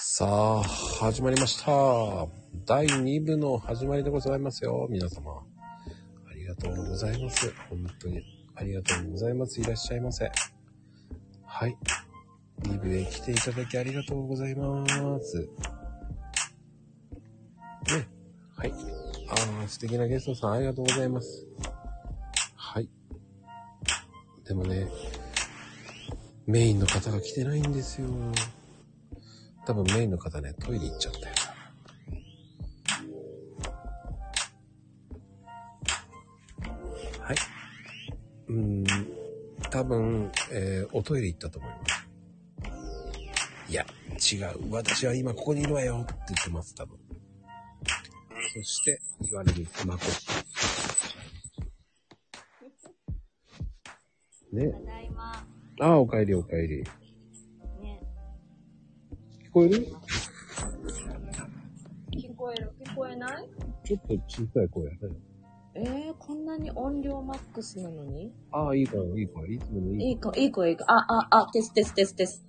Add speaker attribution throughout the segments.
Speaker 1: さあ、始まりました。第2部の始まりでございますよ、皆様。ありがとうございます。本当に。ありがとうございます。いらっしゃいませ。はい。2部へ来ていただきありがとうございます。ね。はい。ああ、素敵なゲストさんありがとうございます。はい。でもね、メインの方が来てないんですよ。多分メインの方ね、トイレ行っちゃったよ。はい。うーん、多分、えーおトイレ行ったと思います。いや、違う。私は今ここにいるわよって言ってます、多分。そして、言われる、まこ。ね。
Speaker 2: ただいま。
Speaker 1: ああ、お帰りお帰り。
Speaker 2: ね。
Speaker 1: 聞こえる
Speaker 2: 聞こえる聞こえない
Speaker 1: ちょっと小さい声やね。
Speaker 2: えー、こんなに音量マックスなのに
Speaker 1: ああ、いい声、いい声、いつものいい声
Speaker 2: いい子、いい子、いい子。あ、あ、あ、テステステステス。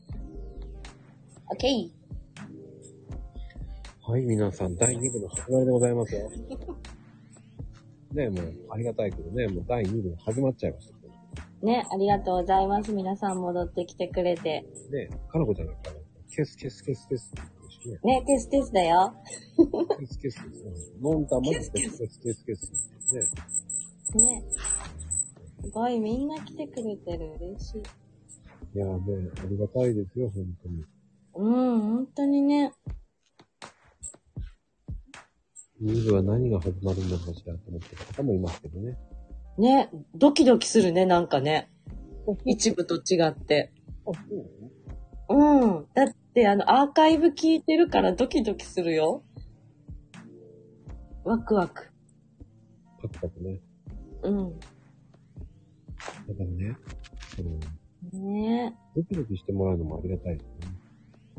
Speaker 2: OK!
Speaker 1: はい、皆さん、第2部の始まりでございますよ。ねえ、もう、ありがたいけどね、もう第2部が始まっちゃいましたけど。
Speaker 2: ね、ありがとうございます。皆さん戻ってきてくれて。
Speaker 1: ねえ、かなこちゃんなんか、ケスケスケスケスって言ってる
Speaker 2: ね、テステスだよ。
Speaker 1: しね。ケスケス。うんノンタマでケスケスケスケス。ね
Speaker 2: ね。すごい、みんな来てくれてる。嬉しい。
Speaker 1: え。いやーね、ありがたいですよ、本当に。
Speaker 2: うん、本当にね。
Speaker 1: 2部は何が始まるんだろうしらと思ってる方もいますけどね。
Speaker 2: ね、ドキドキするね、なんかね。一部と違って。
Speaker 1: あ、そう
Speaker 2: うん。だって、あの、アーカイブ聞いてるからドキドキするよ。ワクワク。
Speaker 1: パクパクね。
Speaker 2: うん。
Speaker 1: だからね、その、
Speaker 2: ねえ。
Speaker 1: ドキドキしてもらうのもありがたいですね。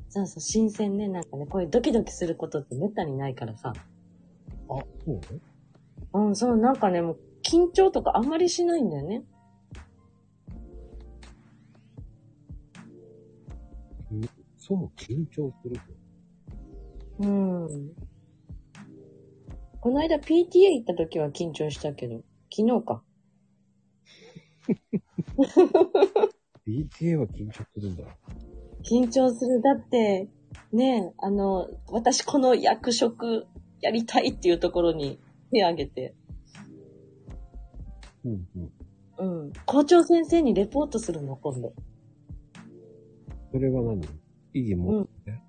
Speaker 2: そうそう、新鮮ね。なんかね、こういうドキドキすることってめったにないからさ。
Speaker 1: あ、そうね。
Speaker 2: うん、そう、なんかね、もう、緊張とかあんまりしないんだよね。
Speaker 1: そう、緊張すると。
Speaker 2: うん。この間 PTA 行った時は緊張したけど、昨日か。
Speaker 1: BTA は緊張するんだ。
Speaker 2: 緊張する。だって、ねえ、あの、私この役職やりたいっていうところに手挙げて、
Speaker 1: うんうん。
Speaker 2: うん。校長先生にレポートするの、今度。
Speaker 1: それは何意義持って、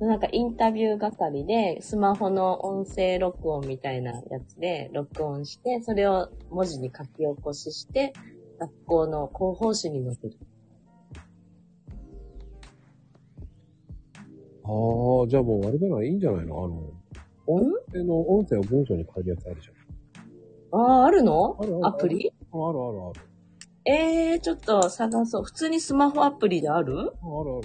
Speaker 2: なんかインタビュー係で、スマホの音声録音みたいなやつで録音して、それを文字に書き起こしして、学校の広報誌に載せる。
Speaker 1: ああ、じゃあもうあれだからいいんじゃないのあの、音声の、音声を文章に変えるやつあるじゃん。
Speaker 2: ああ、あるの
Speaker 1: あるある
Speaker 2: アプリ
Speaker 1: ああるあるある。
Speaker 2: ええー、ちょっと探そう。普通にスマホアプリである
Speaker 1: あある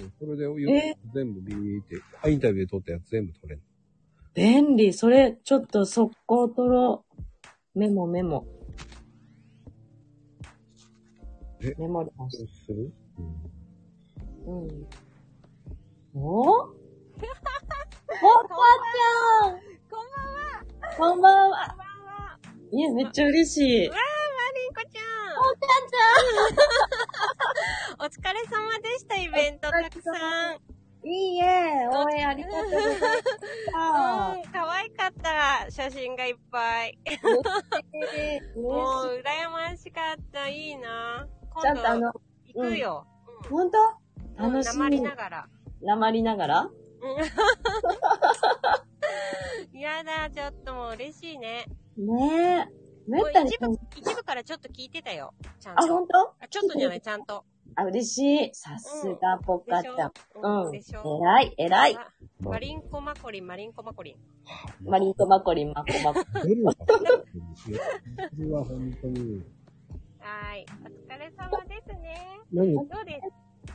Speaker 1: ある。それで
Speaker 2: え
Speaker 1: 全部ビーって、あインタビュー撮ったやつ全部撮れる。
Speaker 2: 便利。それ、ちょっと速攻取ろう。メモメモ。
Speaker 1: え
Speaker 2: メモりました。
Speaker 1: するうん。
Speaker 2: うん。 おおおっぱちゃんこんばんはこんばんはいや、めっちゃ嬉しい。
Speaker 3: りんこちゃん。お疲れ様でした、イベントたくさん。うん、
Speaker 2: いいえ、応援ありがとうございました。
Speaker 3: 可愛かった、写真がいっぱい。
Speaker 2: えー
Speaker 3: も
Speaker 2: 嬉し
Speaker 3: う、羨ましかった、いいな。
Speaker 2: い。ちゃん
Speaker 3: 今
Speaker 2: とあ
Speaker 3: 度、
Speaker 2: の、
Speaker 3: 行くよ。うん
Speaker 2: 本当楽し
Speaker 3: うんなま
Speaker 2: み
Speaker 3: り。 ながら。
Speaker 2: なまりながら
Speaker 3: うんやだ、ちょっともう嬉しいね。
Speaker 2: ねえ。めったに。
Speaker 3: もう一部からちょっと聞いてたよ。ちゃん
Speaker 2: あ、
Speaker 3: と。
Speaker 2: 本当
Speaker 3: あちょっとじゃない、ちゃんと。
Speaker 2: あ、嬉しい。さすが、ポ
Speaker 3: で
Speaker 2: カち
Speaker 3: しょ
Speaker 2: ゃん。うん。
Speaker 3: でしょ
Speaker 2: 偉い、偉い。
Speaker 3: あマリンコマコリン、マリンコマコリン。
Speaker 2: マリンコマコリン、マコマコ。
Speaker 1: 出るのかなそれは本当に。
Speaker 3: はーい。お疲れ様ですね。
Speaker 1: 何
Speaker 3: どうです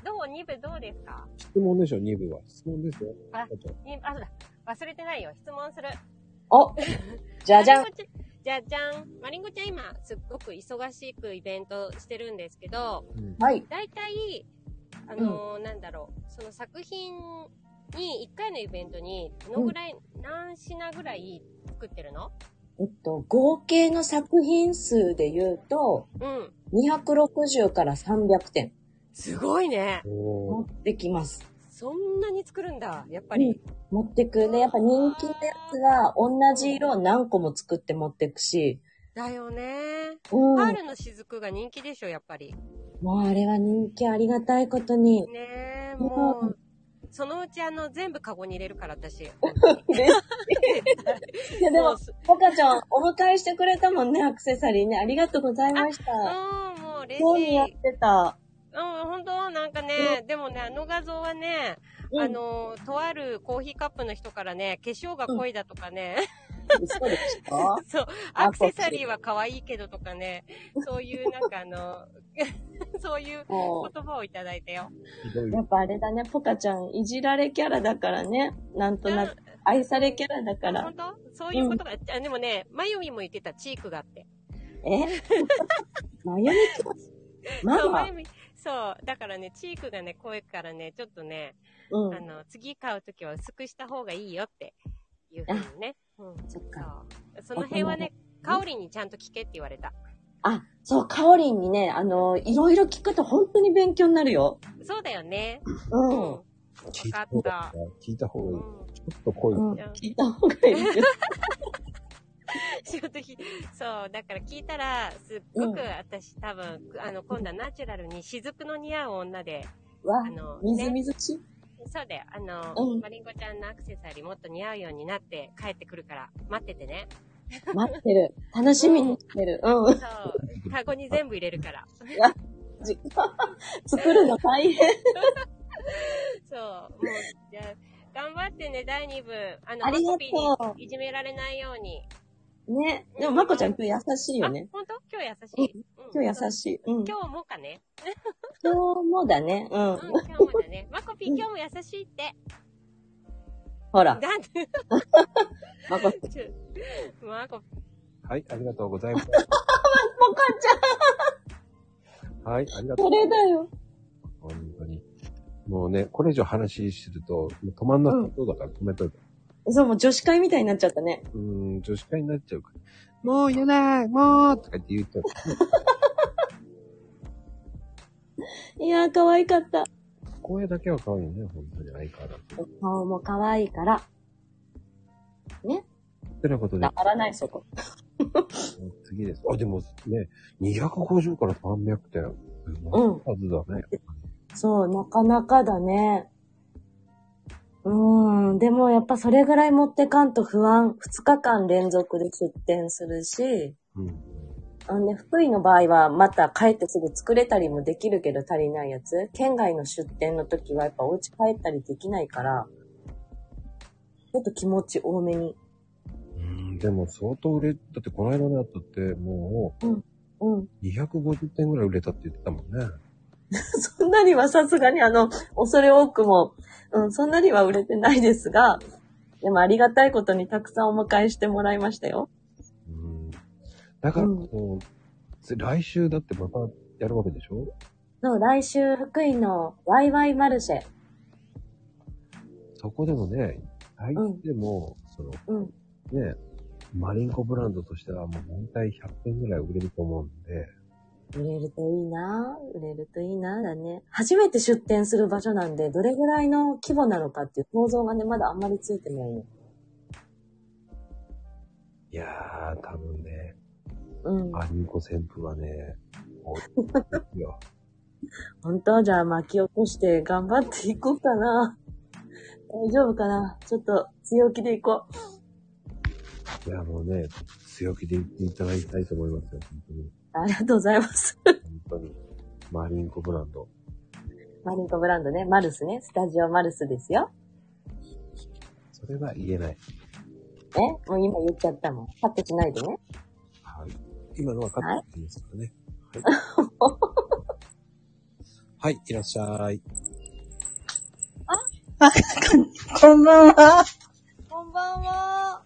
Speaker 3: どう二部どうですか
Speaker 1: 質問でしょ ?2 部は。質問ですよ。
Speaker 3: あ
Speaker 1: ちょっ
Speaker 3: 二部あ、そうだ。忘れてないよ。質問する。
Speaker 2: おじゃじゃん
Speaker 3: マリンコちゃん。じゃじゃん。マリンコちゃん今、すっごく忙しくイベントしてるんですけ
Speaker 1: と
Speaker 3: ど、
Speaker 1: うん
Speaker 2: はい。
Speaker 3: 大体、あのーなんだろう、その作品に、1回のイベントに、どのぐらい、何品ぐらい作ってるの
Speaker 2: えっと、合計の作品数で言うと、
Speaker 3: うん。
Speaker 2: 260から300点
Speaker 3: すごいね。
Speaker 2: 持
Speaker 1: おー
Speaker 2: ってきます。
Speaker 3: そんなに作るんだ、やっぱり。
Speaker 2: 持ってく。で、やっぱ人気のやつは、同じ色を何個も作って持ってくし、
Speaker 3: だよね。
Speaker 2: う
Speaker 3: パー
Speaker 2: ん。
Speaker 3: ルの雫が人気でしょ、やっぱり。
Speaker 2: もうあれは人気ありがたいこと に。
Speaker 3: ねえ、
Speaker 2: うん
Speaker 3: もう、そのうちあの、全部カゴに入れるから、私。
Speaker 2: いや、で
Speaker 3: も
Speaker 2: も
Speaker 3: う、す、
Speaker 2: ポカちゃん、お迎えしてくれたもんね、アクセサリーね。ありがとうございました。
Speaker 3: うん、もう嬉
Speaker 2: そう
Speaker 3: し
Speaker 2: にやっ
Speaker 3: い。
Speaker 2: てた。
Speaker 3: うん、本当なんかね、でもね、あの画像はね、
Speaker 2: うん
Speaker 3: あ、の、とあるコーヒーカップの人からね、化粧が濃いだとかね、
Speaker 2: そうで した
Speaker 3: そう、アクセサリーは可愛いけどとかね、そういうなんかあの、 そういう
Speaker 2: も、
Speaker 3: 言葉をいただいたよ。
Speaker 1: ひどいう
Speaker 2: やっぱあれだね、ポカちゃん、いじられキャラだからね。なんとなく、愛されキャラだか
Speaker 3: あ
Speaker 2: ら
Speaker 3: 本。当そういうことが、あでもね、まゆみも言ってた、チークがあって。
Speaker 2: えマヤミちゃんマ
Speaker 3: そう、ま
Speaker 2: マ
Speaker 3: ゆみそう、だからね、チークがね、濃いからね、ちょっとね、
Speaker 2: う
Speaker 3: あ
Speaker 2: ん。
Speaker 3: の、次買うときは薄くした方がいいよっていうふうにね。うん。
Speaker 2: そっか。
Speaker 3: そう。その辺はね、かおりにちゃんと聞けって言われた。
Speaker 2: あ、そう、カオリンにね、あの、いろいろ聞くと本当に勉強になるよ。
Speaker 3: そうだよね。
Speaker 2: う。
Speaker 3: うんん。
Speaker 1: 聞いた方がいいな。聞いた方
Speaker 3: う
Speaker 1: がいい。ちょ
Speaker 3: ん。
Speaker 1: っと濃い。
Speaker 2: うん、
Speaker 3: じゃあ
Speaker 2: 聞いた方がいい けど。
Speaker 3: 仕事ひそう、だから聞いたら、すっごく
Speaker 2: うん
Speaker 3: 私多分、あの、今度はナチュラルに雫の似合う女で、
Speaker 2: わ
Speaker 3: あ、の、
Speaker 2: みず
Speaker 3: ね、
Speaker 2: みずしい。
Speaker 3: そうだよ、あの、
Speaker 2: うん
Speaker 3: マリンコちゃんのアクセサリーもっと似合うようになって帰ってくるから、待ってて ね。
Speaker 2: 待ってる。楽しみにしてる。うん。
Speaker 3: そう、カゴに全部入れるから。
Speaker 2: じ作るの大 変。
Speaker 3: そう、もう、じゃあ頑張ってね、第2部。あの、
Speaker 2: ありがとう
Speaker 3: マコピーにいじめられないように。
Speaker 2: ね。でも、まこちゃん今日優しいよね。
Speaker 3: あ、本当今日優しい。
Speaker 2: 今日優
Speaker 3: い。
Speaker 2: しい。うん。今
Speaker 3: 今日もかね。
Speaker 2: 日もだね。う
Speaker 3: うんん、。今日もだ ね。マコピー今日も優しいって。
Speaker 2: ほ
Speaker 3: だっ
Speaker 2: ら、
Speaker 3: て、
Speaker 2: まこ、まこち
Speaker 3: ちょマコピ
Speaker 1: はい、ありがとうございます。
Speaker 2: ゃ
Speaker 1: はい、ありが
Speaker 2: ん、
Speaker 1: とう
Speaker 2: そ。れだよ。
Speaker 1: 本当に。もうね、これ以上話してると、もう止まんなさそうだから止めといた。
Speaker 2: そう、もう女子会みたいになっちゃったね。
Speaker 1: うーん、女子会になっちゃうから。もう言えないもうとかって言っちゃう。
Speaker 2: いやー、可愛かった。
Speaker 1: 声だけは可愛いね、本当に相変わらず。
Speaker 2: 顔も可愛いから。
Speaker 1: てなことで
Speaker 2: な、らない、そこ。
Speaker 1: 次です。あ、でもね、250から300点。
Speaker 2: う
Speaker 1: うん
Speaker 2: ん。
Speaker 1: はずだね。
Speaker 2: そう、なかなかだね。うーん。でもやっぱそれぐらい持ってかんと不安。2日間連続で出店するし、
Speaker 1: うん。
Speaker 2: あんで、福井の場合はまた帰ってすぐ作れたりもできるけど足りないやつ。県外の出店の時はやっぱお家帰ったりできないから、ちょっと気持ち多めに。
Speaker 1: うん、でも相当売れ、だってこの間のやつっても
Speaker 2: うん。
Speaker 1: う250点ぐらい売れたって言ってたもんね。
Speaker 2: そんなにはさすがにあの、恐れ多くも、うん、そんなには売れてないですが、でもありがたいことにたくさんお迎えしてもらいましたよ。
Speaker 1: うん。だから、
Speaker 2: うん
Speaker 1: こう、来週だってまたやるわけでしょ
Speaker 2: の来週、福井のワイワイマルシェ。
Speaker 1: そこでもね、最近でも、その、
Speaker 2: うん。
Speaker 1: ね、マリンコブランドとしてはもう大体100点ぐらい売れると思うんで、
Speaker 2: 売れるといいなぁ売れるといいなぁだね。初めて出店する場所なんで、どれぐらいの規模なのかっていう構造がね、まだあんまりついてないの。
Speaker 1: いやー、多分ね、
Speaker 2: うん。
Speaker 1: マリンコ旋風はね、もう、いや、
Speaker 2: 本当じゃあ巻き起こして頑張っていこうかな大丈夫かなちょっと強気でいこ う。
Speaker 1: いやもうね、強気で言っていただきたいと思いますよ、本当に。
Speaker 2: ありがとうございます。
Speaker 1: 本当に。マリンコブランド。
Speaker 2: マリンコブランドね、マルスね、スタジオマルスですよ。
Speaker 1: それは言えない。
Speaker 2: えもう今言っちゃったもん。カットしないでね。
Speaker 1: はい。今のはカットでいいですからね。はい。はい、いらっしゃい。
Speaker 4: こんばんは。
Speaker 2: こんばんは。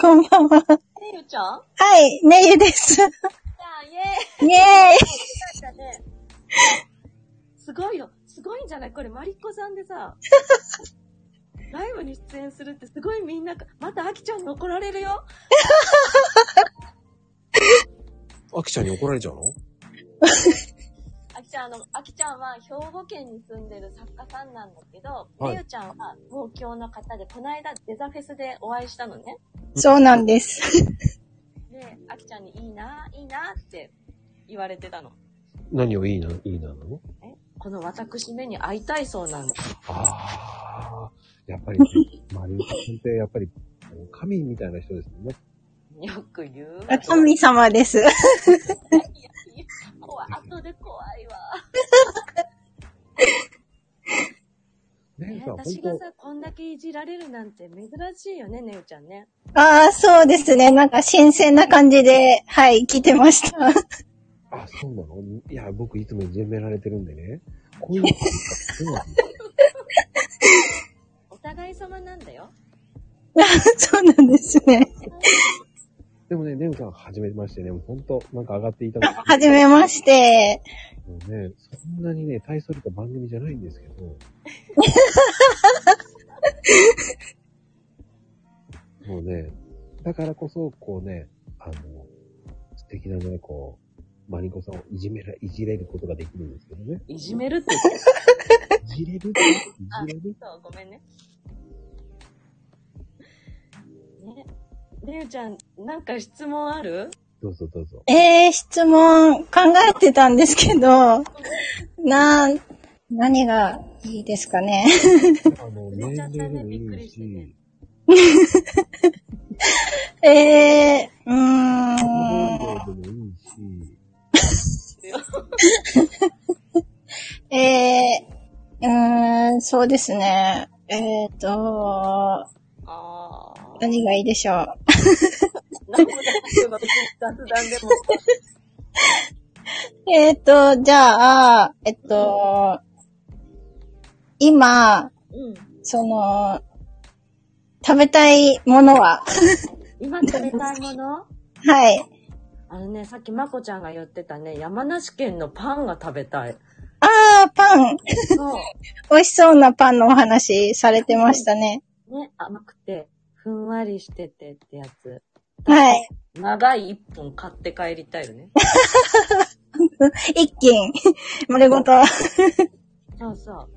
Speaker 4: こんばんは。
Speaker 2: えゆちゃん
Speaker 4: はい、ねゆです。
Speaker 2: じゃあ、イェーイ
Speaker 4: イェー
Speaker 2: だね。すごいよ。すごいんじゃないこれ、マリコさんでさ、ライブに出演するってすごいみんなが、またアキちゃんに怒られるよ。
Speaker 1: あきちゃんに怒られちゃうの
Speaker 2: アキちゃん、あの、アキちゃんは兵庫県に住んでる作家さんなんだけど、
Speaker 1: はい
Speaker 2: みゆちゃんは東京の方で、この間デザフェスでお会いしたのね。
Speaker 4: そうなんです。
Speaker 2: で、アキちゃんにいいな、いいなって言われてたの。
Speaker 1: 何をいいな、いいななの
Speaker 2: この私目に会いたいそうなんです。
Speaker 1: ああ、やっぱり、マリウさんってやっぱり神みたいな人ですよね。
Speaker 2: よく 言うわ。
Speaker 4: 神様です。
Speaker 2: いやいや怖い。後で怖いわ。
Speaker 1: ね
Speaker 2: ね
Speaker 1: えさん、
Speaker 2: 私が
Speaker 1: 本
Speaker 2: さ、こんだけいじられるなんて珍しいよね、ねゆちゃんね。
Speaker 4: ああ、そうですね。なんか新鮮な感じで、はい、来てました。
Speaker 1: 当、あ、そうなのいや、僕いつもいじめられてるんでね。こういうのってそうなんだ。
Speaker 2: お互い様なんだよ。
Speaker 4: そうなんですね。
Speaker 1: でもね、ネウさん、はじめましてね、もう本当、なんか上がっていただ
Speaker 4: あはじめまして。
Speaker 1: もうね、そんなにね、大それた番組じゃないんですけど。 もうね、だからこそ、こうね、あの、素敵なね、こう、マリコさんをいじめら、いじれることができるんですけどね。
Speaker 2: いじめるって言って
Speaker 1: いじ れるいじれる
Speaker 2: たわごめんね。ね。ねゆちゃん、なんか質問ある
Speaker 1: どうぞどうぞ。
Speaker 4: えー、質問考えてたんですけど、なん、何がいいですかね。
Speaker 1: あ の、
Speaker 2: め
Speaker 1: 年
Speaker 2: ちゃめちゃ
Speaker 1: 齢で
Speaker 2: ね
Speaker 1: もい
Speaker 2: びっく
Speaker 1: い
Speaker 2: りしてね
Speaker 1: し、
Speaker 4: えー、うーん。
Speaker 1: 年齢でもいいし、
Speaker 4: えー、うーん、そうですね。えーと、
Speaker 2: ああ。
Speaker 4: 何がいいでしょう。
Speaker 2: なんもなく雑談でも。
Speaker 4: えーと、じゃあ、えっと、今、
Speaker 2: うん。
Speaker 4: その、食べたいものは、
Speaker 2: 今食べたいもの
Speaker 4: はい。
Speaker 2: あのね、さっきまこちゃんが言ってたね、山梨県のパンが食べたい。
Speaker 4: あー、パン。
Speaker 2: そ
Speaker 4: 美味しそうなパンのお話されてましたね。
Speaker 2: う。ね、甘くて、ふんわりしててってやつ。
Speaker 4: はい。
Speaker 2: 長い一本買って帰りたいよね。
Speaker 4: 一斤、 丸ごと。
Speaker 2: そうそう。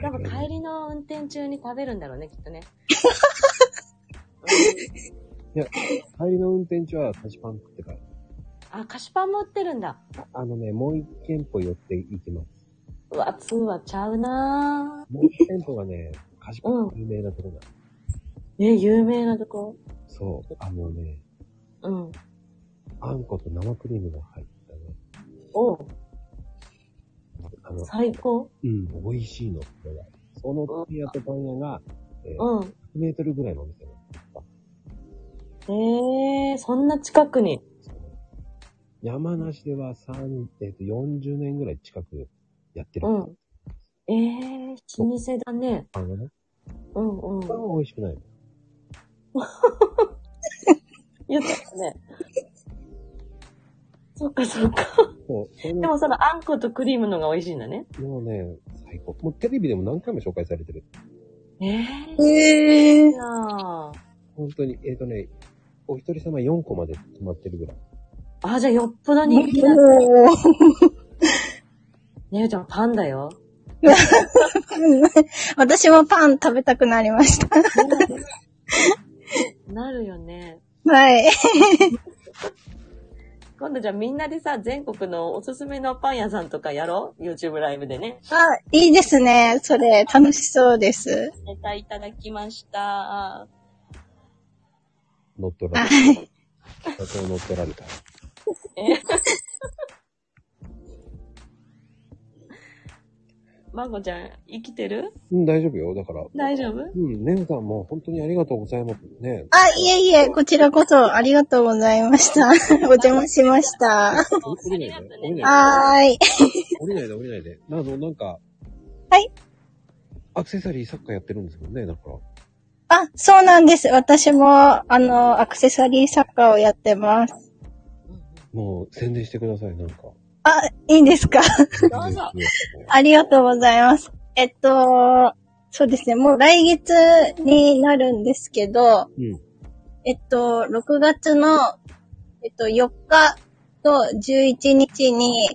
Speaker 2: 多分帰りの運転中に食べるんだろうね、きっとね。うん
Speaker 1: 帰りの運転中は菓子パン食ってから。
Speaker 2: あ、菓子パン持ってるんだ。
Speaker 1: あのね、もう一店舗寄っていきます。
Speaker 2: うわ、通話ちゃうな
Speaker 1: もう一店舗がね、菓子パン有名なところだ。
Speaker 2: ぁ。え、有名なとこ
Speaker 1: そう、あのね、
Speaker 2: うん。
Speaker 1: あんこと生クリームが入ったね。
Speaker 2: おう
Speaker 1: あの、
Speaker 2: 最高。
Speaker 1: うん、美味しいの。これがそのパン屋とパン屋が、えー100
Speaker 2: うん。
Speaker 1: メートルぐらいのお店なんですよ
Speaker 2: ええー、そんな近くに。
Speaker 1: そう山梨では3、えっ、と、40年ぐらい近くやってる
Speaker 2: う。ん。ええー、老舗だね。
Speaker 1: パンがね。
Speaker 2: うんうん。
Speaker 1: パンは美味しくないの。
Speaker 2: 言ってたね。そっかそっか。
Speaker 1: そう、それ
Speaker 2: でもそのあんことクリームのが美味しいんだね。
Speaker 1: もうね、最高。もうテレビでも何回も紹介されてる。
Speaker 2: ええ
Speaker 4: え
Speaker 2: ー、いいなぁ。
Speaker 1: 本当に、えっ、とね、お一人様4個まで泊まってるぐらい。
Speaker 2: あ、じゃあよっぽど人気だ。ね
Speaker 4: おー
Speaker 2: ゆちゃんパンだよ。
Speaker 4: 私もパン食べたくなりました。
Speaker 2: なるよね。
Speaker 4: はい。
Speaker 2: 今度じゃあみんなでさ、全国のおすすめのパン屋さんとかやろう ?YouTube ライブでね。
Speaker 4: あ、いいですね。それ、楽しそうです。
Speaker 2: ネタいただきました。
Speaker 1: 乗っ取られ
Speaker 4: はい。
Speaker 1: た。社長乗っ取られた。
Speaker 2: まこちゃん、生きてる
Speaker 1: うん、大丈夫よ。だから、
Speaker 2: 大丈夫
Speaker 1: うん、ねむさんも本当にありがとうございますね。
Speaker 4: あ、いえいえ、こちらこそありがとうございました。 お邪魔しました。
Speaker 1: 降りないで、降りない
Speaker 4: はーい。
Speaker 1: で、降りないで、降りないで。など、なんか、
Speaker 4: はい。
Speaker 1: アクセサリーサッカーやってるんですもんね、だから。
Speaker 4: あ、そうなんです。私も、あの、アクセサリー作家をやってます。
Speaker 1: もう宣伝してください、なんか。
Speaker 4: あ、いいんですか
Speaker 1: ど
Speaker 2: うぞ
Speaker 4: ありがとうございます。えっと、そうですね。もう来月になるんですけど、
Speaker 1: うん。
Speaker 4: えっと、6月の、えっと、4日と11日に、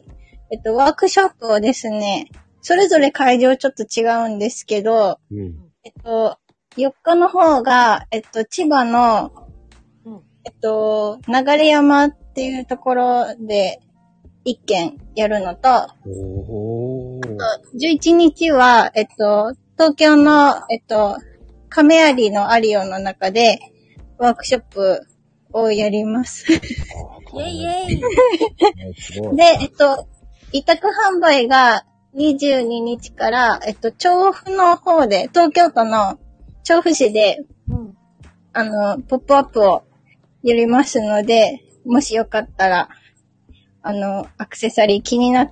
Speaker 4: えっと、ワークショップをですね、それぞれ会場ちょっと違うんですけど、
Speaker 1: うん。
Speaker 4: えっと、4日の方が、えっと、千葉の、
Speaker 3: うん
Speaker 4: えっと、流山っていうところで、一件やるのと、
Speaker 1: おー。
Speaker 4: 11日は、えっと、東京の、えっと、亀有のアリオの中で、ワークショップをやります。
Speaker 1: イイ
Speaker 3: イェイイェイ
Speaker 1: すごい。
Speaker 4: で、えっと、委託販売が22日から、えっと、調布の方で、東京都の調布市で、
Speaker 3: うん
Speaker 4: あの、ポップアップをやりますので、もしよかったら、あの、アクセサリー気になっ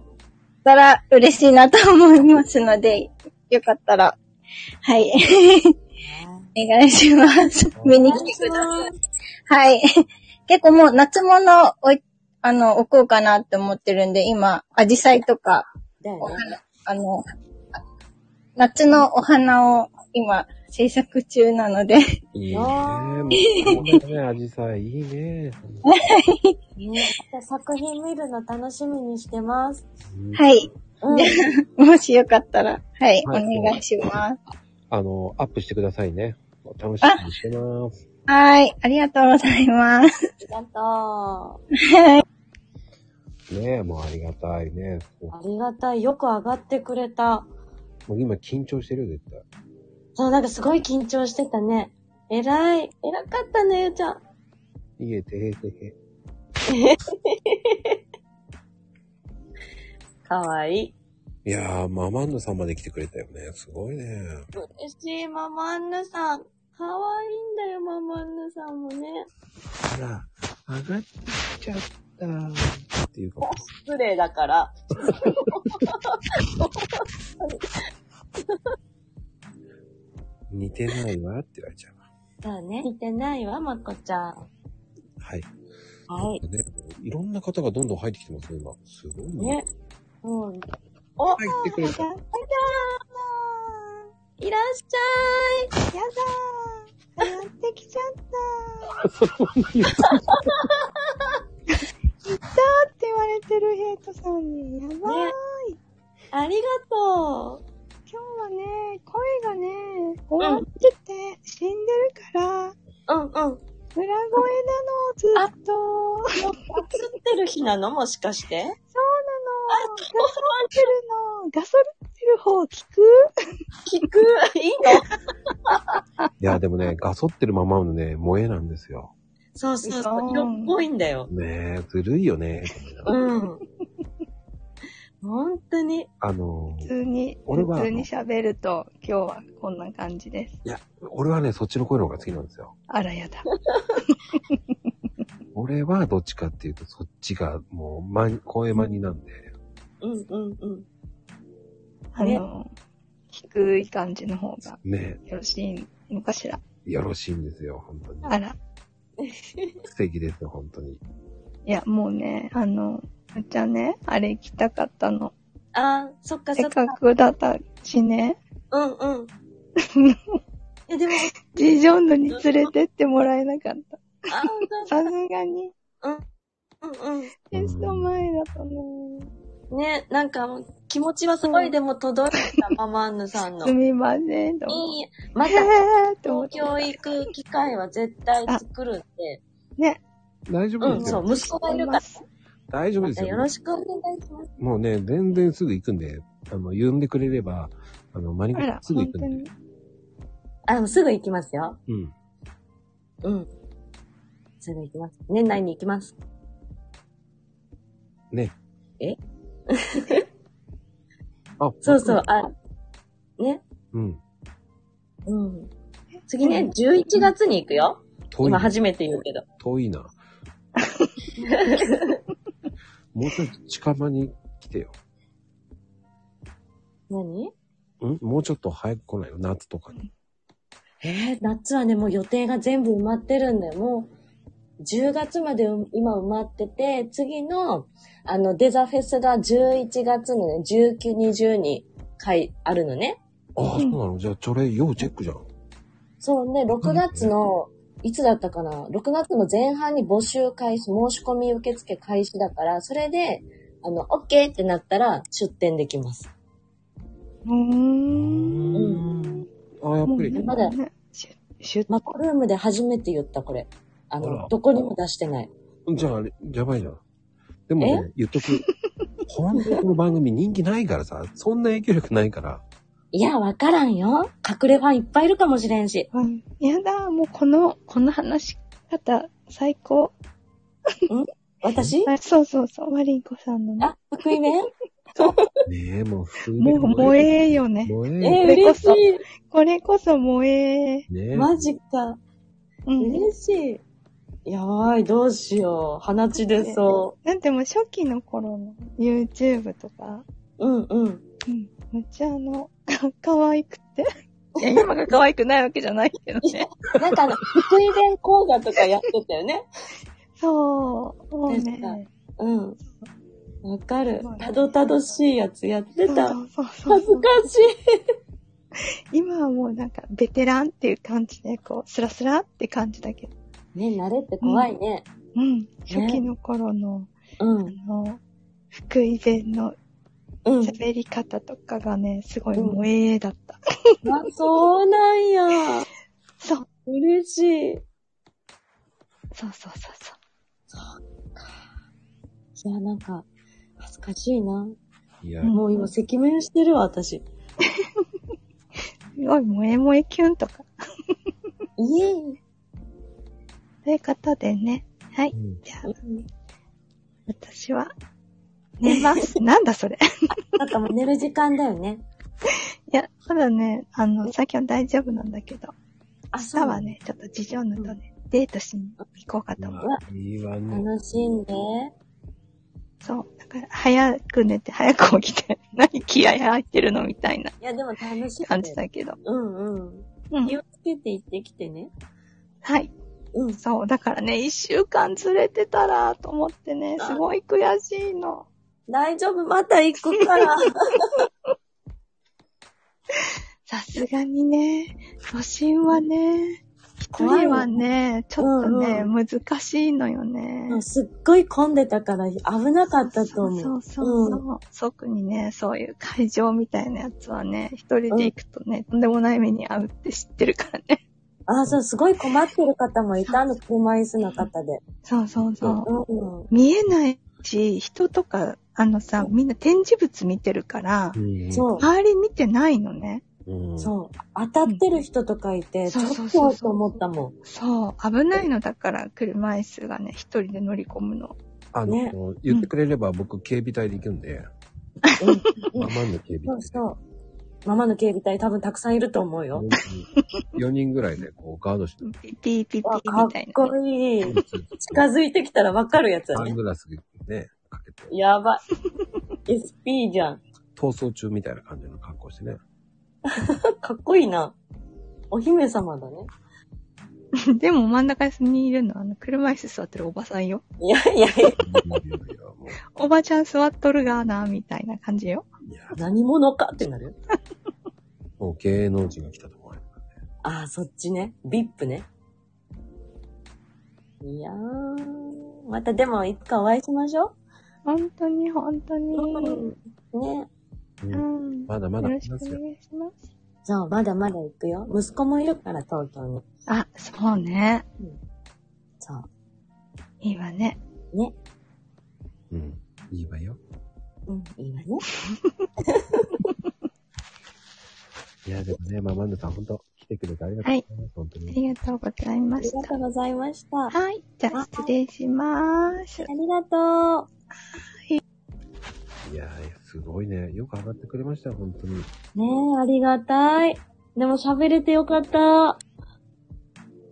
Speaker 4: たら嬉しいなと思いますので、よかったら、はい。お願いします。見に来てください。はい。結構もう夏物をい、あの、置こうかなって思ってるんで、今、アジサイとか、
Speaker 2: だよね。
Speaker 4: あの、夏のお花を今、制作中なので、
Speaker 1: いいね。
Speaker 2: あ
Speaker 1: もうね、アジサイいいね。
Speaker 2: ね、作品見るの楽しみにしてます。
Speaker 1: うん
Speaker 4: はい。
Speaker 2: うん。
Speaker 4: もしよかったら、はい、
Speaker 1: はい
Speaker 4: お願いします。
Speaker 1: あの、アップしてくださいね。楽しみにしてます。
Speaker 4: はい、ありがとうございます。
Speaker 2: ありがとう。
Speaker 1: ねえ、もうありがたいね。も
Speaker 2: ありがたい。よく上がってくれた。
Speaker 1: う今緊張してるよ、絶対。
Speaker 2: そう、なんかすごい緊張してたね。偉い。偉かったね、ゆうちゃん。
Speaker 1: いえ、てへてへ。
Speaker 2: かわいい。
Speaker 1: いやー、ママンヌさんまで来てくれたよね。すごいね。
Speaker 2: 嬉しい、ママンヌさん。かわいいんだよ、ママンヌさんもね。
Speaker 1: ほら、上がってきちゃったっていうか、
Speaker 2: 失礼だから。
Speaker 1: 似てないわって言われちゃう。
Speaker 2: そうね。似てないわ、まこちゃん。
Speaker 1: はい。
Speaker 2: はい。
Speaker 1: ね、いろんな方がどんどん入ってきてますね、今。すごいね。
Speaker 2: ね。うん。お
Speaker 1: 入ってくれた。
Speaker 2: いらっしゃい。
Speaker 3: やだー。やってきちゃったーって言われてるヘイトさんに。やばーい。
Speaker 2: ねありがと
Speaker 3: 今日はね、声がね、終わってて、死んでるから、
Speaker 2: う。うんうん。
Speaker 3: 裏声なの、ずっと。そう
Speaker 2: 釣ってる日なのもしかして
Speaker 3: なの。ガソってるの。ガソってる方聞く
Speaker 2: 聞 くいいの
Speaker 1: いや、でもね、ガソってるままのね、萌えなんですよ。
Speaker 2: そうそうそ
Speaker 4: うん
Speaker 2: う。色っぽいんだよ。
Speaker 1: ねえ、ずるいよね。
Speaker 2: うん。本当に。
Speaker 1: あの
Speaker 5: 普、通に、
Speaker 1: 俺は
Speaker 5: 普通に喋ると、今日はこんな感じです。
Speaker 1: 俺はね、そっちの声の方が好きなんですよ。
Speaker 5: あ らやだ。
Speaker 1: 俺はどっちかっていうと、そっちがもう、ま、声真似なんで。
Speaker 2: うんうんうん。
Speaker 5: あの、低い感じの方が
Speaker 1: ね
Speaker 5: よろしいのかしら。
Speaker 1: え、よろしいんですよ、本当に。
Speaker 5: あら。
Speaker 1: 素敵ですよ、本当に。
Speaker 5: いや、もうね、あの、むっちゃんね、あれ行きたかったの。
Speaker 2: あー、そっか
Speaker 5: せ
Speaker 2: そ
Speaker 5: っ
Speaker 2: っか。
Speaker 5: かくだったしね、
Speaker 2: うんうん。いやでも、
Speaker 5: ジージョンドに連れてってもらえなかった。
Speaker 2: あー、本
Speaker 5: さすがに、
Speaker 2: 当だうんう
Speaker 5: テスト前だとね、
Speaker 2: ん。ね、なんかもう気持ちはすごいでも届いた、ママンヌさんの。
Speaker 5: す
Speaker 2: い
Speaker 5: みません、と思っ
Speaker 2: い。ま
Speaker 5: て。
Speaker 2: た
Speaker 5: へーって思っ
Speaker 2: 東
Speaker 5: て。
Speaker 2: 京行く機会は絶対作るんで。
Speaker 1: 大丈
Speaker 2: う
Speaker 1: 夫
Speaker 2: ん、
Speaker 1: です
Speaker 2: そ
Speaker 1: よ。
Speaker 2: う、息子がいるから。
Speaker 1: 大丈夫
Speaker 2: ま
Speaker 1: です
Speaker 2: た
Speaker 1: よ。
Speaker 2: よろしくお願いします。
Speaker 1: もうね、全然すぐ行くんで、あの、呼んでくれれば、あの、マニ
Speaker 5: あら
Speaker 1: カ、すぐ行
Speaker 5: 本
Speaker 1: く
Speaker 5: 当
Speaker 1: んで。
Speaker 5: に。
Speaker 2: あの、すぐ行きますよ。
Speaker 1: うん。
Speaker 2: うん。すぐ行きます。年内に行きます。
Speaker 1: ね。
Speaker 2: え
Speaker 1: あ、
Speaker 2: そうそう、あ、ね。
Speaker 1: うん。
Speaker 2: うん。次ね、11月に行くよ。
Speaker 1: 遠い
Speaker 2: 今
Speaker 1: な。
Speaker 2: 初めて言うけど。
Speaker 1: 遠いな。 もうちょっと近場に来てよ。
Speaker 2: 何
Speaker 1: んもうちょっと早く来ないの夏とかに。
Speaker 2: えー、夏はね、もう予定が全部埋まってるんだよ。もう、10月までう今埋まってて、次の、あの、デザフェスが11月のね、19、20に、会、あるのね。
Speaker 1: ああ、そうなのじゃあ、それ、要チェックじゃん。
Speaker 2: そうね、6月の、いつだったかな ?6 月の前半に募集開始、申し込み受付開始だから、それで、あの、OK ってなったら出店できます。
Speaker 5: うーん。
Speaker 1: ん。ああ、やっぱり。
Speaker 2: まだ
Speaker 5: ね、シュシュッ
Speaker 2: マックルームで初めて言った、これ。あ
Speaker 1: あら
Speaker 2: の、どこにも出してない。
Speaker 1: じゃあ、あれやばいじゃん。でもね、言っとく。本当にこの番組人気ないからさ、そんな影響力ないから。
Speaker 2: いや、わからんよ。隠れファンいっぱいいるかもしれんし。
Speaker 5: うんやだ、もうこの、この話し方、最高。
Speaker 2: 私
Speaker 5: あそうそうそう、マリンコさんのね。
Speaker 2: あ、福井弁
Speaker 1: ねえ、もう普通に
Speaker 5: もう、萌えよね。
Speaker 1: 萌
Speaker 2: え
Speaker 1: え
Speaker 2: ー、
Speaker 5: これこ
Speaker 2: 嬉し
Speaker 5: そこれこそ萌
Speaker 1: ね
Speaker 5: え。
Speaker 2: い。
Speaker 1: え。
Speaker 2: マジか。
Speaker 5: うん。
Speaker 2: 嬉しい。やばい、どうしよう。鼻血出そ
Speaker 5: なんてもう初期の頃の YouTube とか、
Speaker 2: う。うんうん。
Speaker 5: うん。めっちゃあの、 か可愛くて。いや、今が可愛くないわけじゃないけどね。
Speaker 2: なんかあの、福井弁講座とかやってたよね。
Speaker 5: そう、もうね。
Speaker 2: うん。わかる
Speaker 5: そう。ね
Speaker 2: たどたどしいやつやってた。
Speaker 5: そうそうそう
Speaker 2: 恥
Speaker 5: そ
Speaker 2: ず
Speaker 5: う。
Speaker 2: かしい。
Speaker 5: 今はもうなんか、ベテランっていう感じで、こう、スラスラって感じだけど。
Speaker 2: ね、慣れって怖いね。
Speaker 5: うん。初期の頃の、
Speaker 2: うん。
Speaker 5: あの、福井弁の
Speaker 2: うん。
Speaker 5: 喋り方とかがね、すごい萌えだった。
Speaker 2: あ、そうなんや。
Speaker 5: そう、
Speaker 2: 嬉しい。い
Speaker 5: そうそうそうそ
Speaker 2: や、なんか、恥ずかしいな。
Speaker 1: いや、
Speaker 2: もう今、赤面してるわ、私。
Speaker 5: う。すごい萌え萌えキュンとか。
Speaker 2: イエーイ。
Speaker 5: ということでね、はい。
Speaker 1: うん
Speaker 5: じゃあ、私は、寝ます。 なんだそれ。
Speaker 2: なんかもう寝る時間だよね。
Speaker 5: いや、まだね、あの、最近は大丈夫なんだけど、
Speaker 2: あ、
Speaker 5: 明日は。ね、ちょっと事情のとね、デートしに行こうかと思う。
Speaker 1: まあいいわね。
Speaker 2: 楽しんで。
Speaker 5: そう。だから、早く寝て、早く起きて、 何気合入ってるのみたいない
Speaker 2: や、でも楽しんで。
Speaker 5: 感じだけど。
Speaker 2: うんうん。
Speaker 5: うん
Speaker 2: 気。をつけて行ってきてね。
Speaker 5: はい。
Speaker 2: うん。
Speaker 5: そう、だからね、一週間ずれてたら、と思ってね、すごい悔しいの。
Speaker 2: 大丈夫、また行くから。
Speaker 5: さすがにね、都心はね、一
Speaker 2: 怖い
Speaker 5: 人はね、ちょっとね、
Speaker 2: う
Speaker 5: 難しいのよね。
Speaker 2: もうすっごい混んでたから危なかったと思う。
Speaker 5: そうそうそう。特にね、そういう会場みたいなやつはね、一人で行くとね、とんでもない目に遭うって知ってるからね。
Speaker 2: あ、そう、すごい困ってる方もいたの、車椅子の方で。
Speaker 5: そうそうそう。
Speaker 2: うん。
Speaker 5: 見えないし、人とか、あのさ、みんな展示物見てるから、
Speaker 1: うん
Speaker 2: そう。
Speaker 5: 周り見てないのね。
Speaker 1: うん。
Speaker 2: そう。当たってる人とかいて、ち
Speaker 5: そ
Speaker 2: ょ
Speaker 5: う
Speaker 2: っ
Speaker 5: そうそうそう
Speaker 2: とと思ったもん。
Speaker 5: そう、危ないのだから、車椅子がね、一人で乗り込むの。
Speaker 1: あの、
Speaker 2: ね
Speaker 1: 言ってくれれば僕、警備隊で行くんで。
Speaker 2: うん
Speaker 1: ママの警備
Speaker 2: そ
Speaker 1: 隊。
Speaker 2: うそう。ママの警備隊多分たくさんいると思うよ。
Speaker 1: 4人ぐらいで、こう、ガードして、
Speaker 5: ピッピーピッピ
Speaker 2: わ
Speaker 5: ー
Speaker 2: かっ
Speaker 5: みたいなね、
Speaker 2: こいい。近
Speaker 1: サ
Speaker 2: づいてきたらわかるやつだね
Speaker 1: ン。グラスね、かけて、
Speaker 2: やばい。SP じゃん。
Speaker 1: 逃走中みたいな感じの格好してね。
Speaker 2: かっこいいな。お姫様だね。
Speaker 5: でも真ん中にいるのは、あの、車椅子座ってるおばさんよ。
Speaker 2: いやいやいや、
Speaker 1: いやいやもう
Speaker 5: おばちゃん座っとるがな、みたいな感じよ。
Speaker 1: いや、
Speaker 2: 何者かってなるよ
Speaker 1: もう芸能人が来たと思われる。
Speaker 2: ああ、そっちね。VIP ね。いやー。またでも、いつかお会いしましょ
Speaker 5: 本当に、本当
Speaker 2: う。
Speaker 5: に。
Speaker 2: ね。
Speaker 1: う
Speaker 5: うんん。よ
Speaker 1: まだまだ
Speaker 5: ろ
Speaker 1: 来
Speaker 5: しく
Speaker 1: ま
Speaker 5: お
Speaker 1: すよ。
Speaker 5: 願いします。
Speaker 2: そう、まだまだ行くよ。息子もいるから、東京に。
Speaker 5: あ、そうね。
Speaker 2: そう。
Speaker 5: いいわね。
Speaker 2: ね。
Speaker 1: うん。いいわよ。
Speaker 2: うん、いいわね。
Speaker 1: いや、でもね、ママンヌさん、本当来てくれてありがとうございます。本当
Speaker 5: あ
Speaker 1: に。
Speaker 5: りがとうございま
Speaker 2: あり
Speaker 5: し
Speaker 2: がとうございました。あ
Speaker 5: た。はい。じゃあ、失礼します。
Speaker 2: りがとう。
Speaker 1: いやー、すごいね。よく上がってくれました、本当に。
Speaker 2: ねえ、ありがたい。でも喋れてよかった。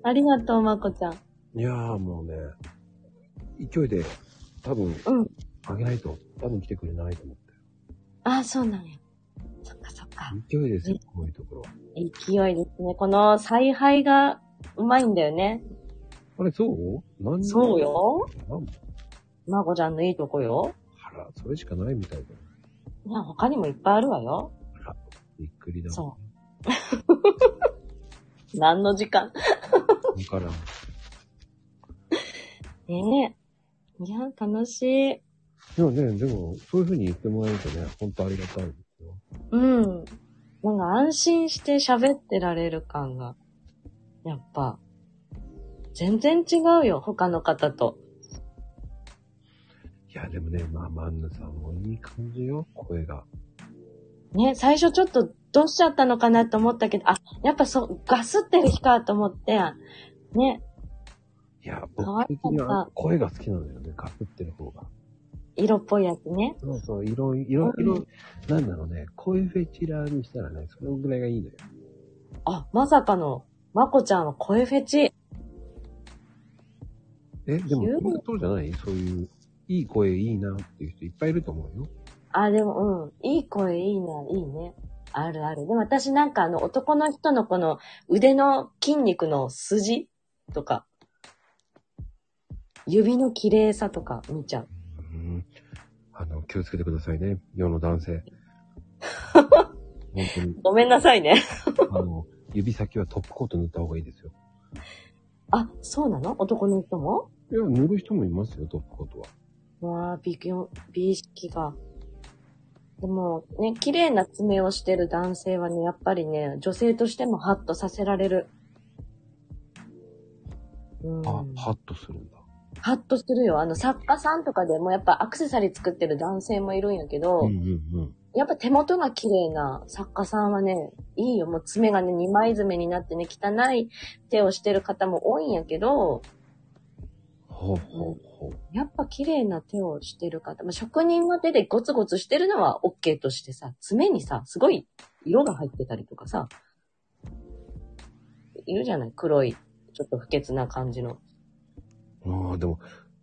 Speaker 2: ありがとう、まこちゃん。
Speaker 1: いやー、もうね、勢いで、多分、
Speaker 2: うん。
Speaker 1: あげないと、多分来てくれないと思って。
Speaker 2: あ、そうなのよ。そっかそっか。
Speaker 1: 勢いですよ、こういうところは。
Speaker 2: 勢いですね。この采配がうまいんだよね。
Speaker 1: あれ、そう何
Speaker 2: そうよ。
Speaker 1: なん
Speaker 2: まこちゃんのいいとこよ。
Speaker 1: あら、それしかないみたいだ。
Speaker 2: いや、他にもいっぱいあるわよ。
Speaker 1: びっくりだ。
Speaker 2: そ何の時間
Speaker 1: だからん、
Speaker 2: ねえ。いや、楽しい。
Speaker 1: いやね、でも、そういうふうに言ってもらえるとね、ほんとありがたいですよ。
Speaker 2: うん。なんか安心して喋ってられる感が、やっぱ、全然違うよ、他の方と。
Speaker 1: いや、でもね、まあ、マンヌさんもいい感じよ、声が。
Speaker 2: ね、最初ちょっとどうしちゃったのかなと思ったけど、あ、やっぱそう、ガスってる日かと思って、ね、
Speaker 1: いや、僕的には声が好きなんだよね、かぶってる方が。
Speaker 2: 色っぽいやつね。
Speaker 1: そうそう、いろいろ、
Speaker 2: うん
Speaker 1: いろ、なんだろうね、声フェチラーにしたらね、そのぐらいがいいのよ。
Speaker 2: あ、まさかの、まこちゃんは声フェチ。
Speaker 1: え、でも
Speaker 2: 言う、
Speaker 1: そうじゃないそういう、いい声いいなっていう人いっぱいいると思うよ。
Speaker 2: あ、でも、うん。いい声、いいな、いいね。あるある。でも私なんかあの、男の人のこの腕の筋肉の筋とか、指の綺麗さとか見ちゃう。
Speaker 1: うん。あの、気をつけてくださいね、世の男 性。本当に、
Speaker 2: ごめんなさいね。
Speaker 1: あの、指先はトップコート塗った方がいいですよ。
Speaker 2: あ、そうなの男の人も
Speaker 1: いや、塗る人もいますよ、トップコートは。
Speaker 2: うわあ、美形、美意識が。でも、ね、綺麗な爪をしてる男性はね、やっぱりね、女性としてもハッとさせられる。うん。
Speaker 1: あ、ハッとするんだ。
Speaker 2: ハッとするよ。あの、作家さんとかでもやっぱアクセサリー作ってる男性もいるんやけど、
Speaker 1: うんうんうん。
Speaker 2: やっぱ手元が綺麗な作家さんはね、いいよ。もう爪がね、二枚爪になってね、汚い手をしてる方も多いんやけど、
Speaker 1: ほうほうほう。
Speaker 2: やっぱ綺麗な手をしてる方、まあ、職人の手でゴツゴツしてるのは OK としてさ、爪にさ、すごい色が入ってたりとかさ、いるじゃない黒い、ちょっと不潔な感じの。
Speaker 1: ああ、でも、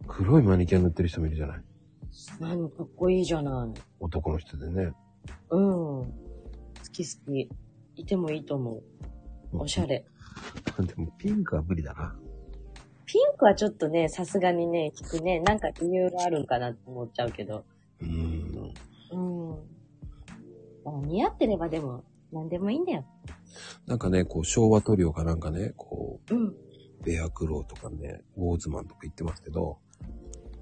Speaker 1: 黒いマニキュア塗ってる人もいるじゃない。
Speaker 2: 何かっこいいじゃない。
Speaker 1: 男の人でね。
Speaker 2: うん。好き好き。いてもいいと思う。おしゃれ。
Speaker 1: でも、ピンクは無理だな。
Speaker 2: ピンクはちょっとね、さすがにね、引くね。なんか理由があるんかなって思っちゃうけど。
Speaker 1: うーん。
Speaker 2: うん。あ似合ってればでも、何でもいいんだよ。
Speaker 1: なんかね、こう、昭和塗料かなんかね、こ
Speaker 2: うん。
Speaker 1: う、ベアクローとかね、ウォーズマンとか言ってますけど、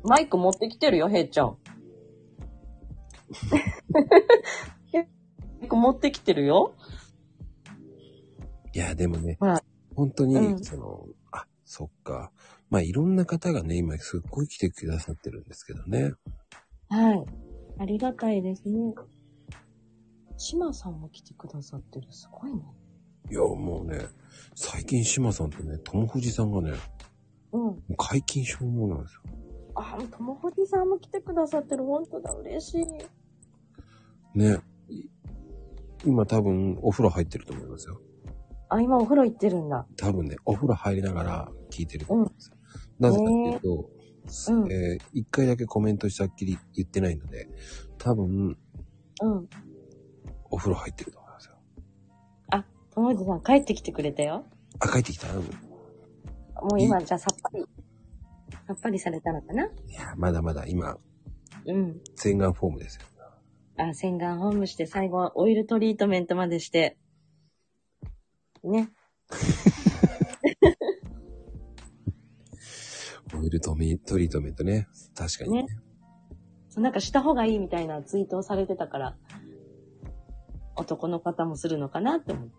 Speaker 2: マイク持ってきてるよ、ヘイち ゃん。マイク持ってきてるよ。
Speaker 1: いや、でもね、
Speaker 2: はい
Speaker 1: 本当に、
Speaker 2: うん
Speaker 1: その、あ、そっか。まあ、いろんな方がね、今すっごい来てくださってるんですけどね。
Speaker 2: はい。ありがたいですね。シマさんも来てくださってる。すごいね。
Speaker 1: いや、もうね、最近島さんとね、友藤さんがね、
Speaker 2: うん。
Speaker 1: もう解禁症候なんですよ。
Speaker 2: あ、ともほじさんも来てくださってる。本当だ、嬉しい。
Speaker 1: ね。い今多分お風呂入ってると思いますよ。
Speaker 2: あ、今お風呂行ってるんだ。
Speaker 1: 多分ね、お風呂入りながら聞いてると思うんですよ。なぜかっていうと、す
Speaker 2: うん
Speaker 1: えー一回だけコメントしたっきり言ってないので、多分
Speaker 2: うん。
Speaker 1: お風呂入ってると思いますよ。
Speaker 2: ともじさん帰ってきてくれたよ。
Speaker 1: あ、帰ってきたい
Speaker 2: もう今、じゃあさっぱり。さっぱりされたのかな
Speaker 1: や、まだまだ今、
Speaker 2: うん。
Speaker 1: 洗顔フォームですよ。
Speaker 2: あ、洗顔ホームして、最後はオイルトリートメントまでして。ね。
Speaker 1: オイルトミトリートメントね。確かにね。
Speaker 2: そうなんかした方がいいみたいなツイートをされてたから、男の方もするのかなって思って。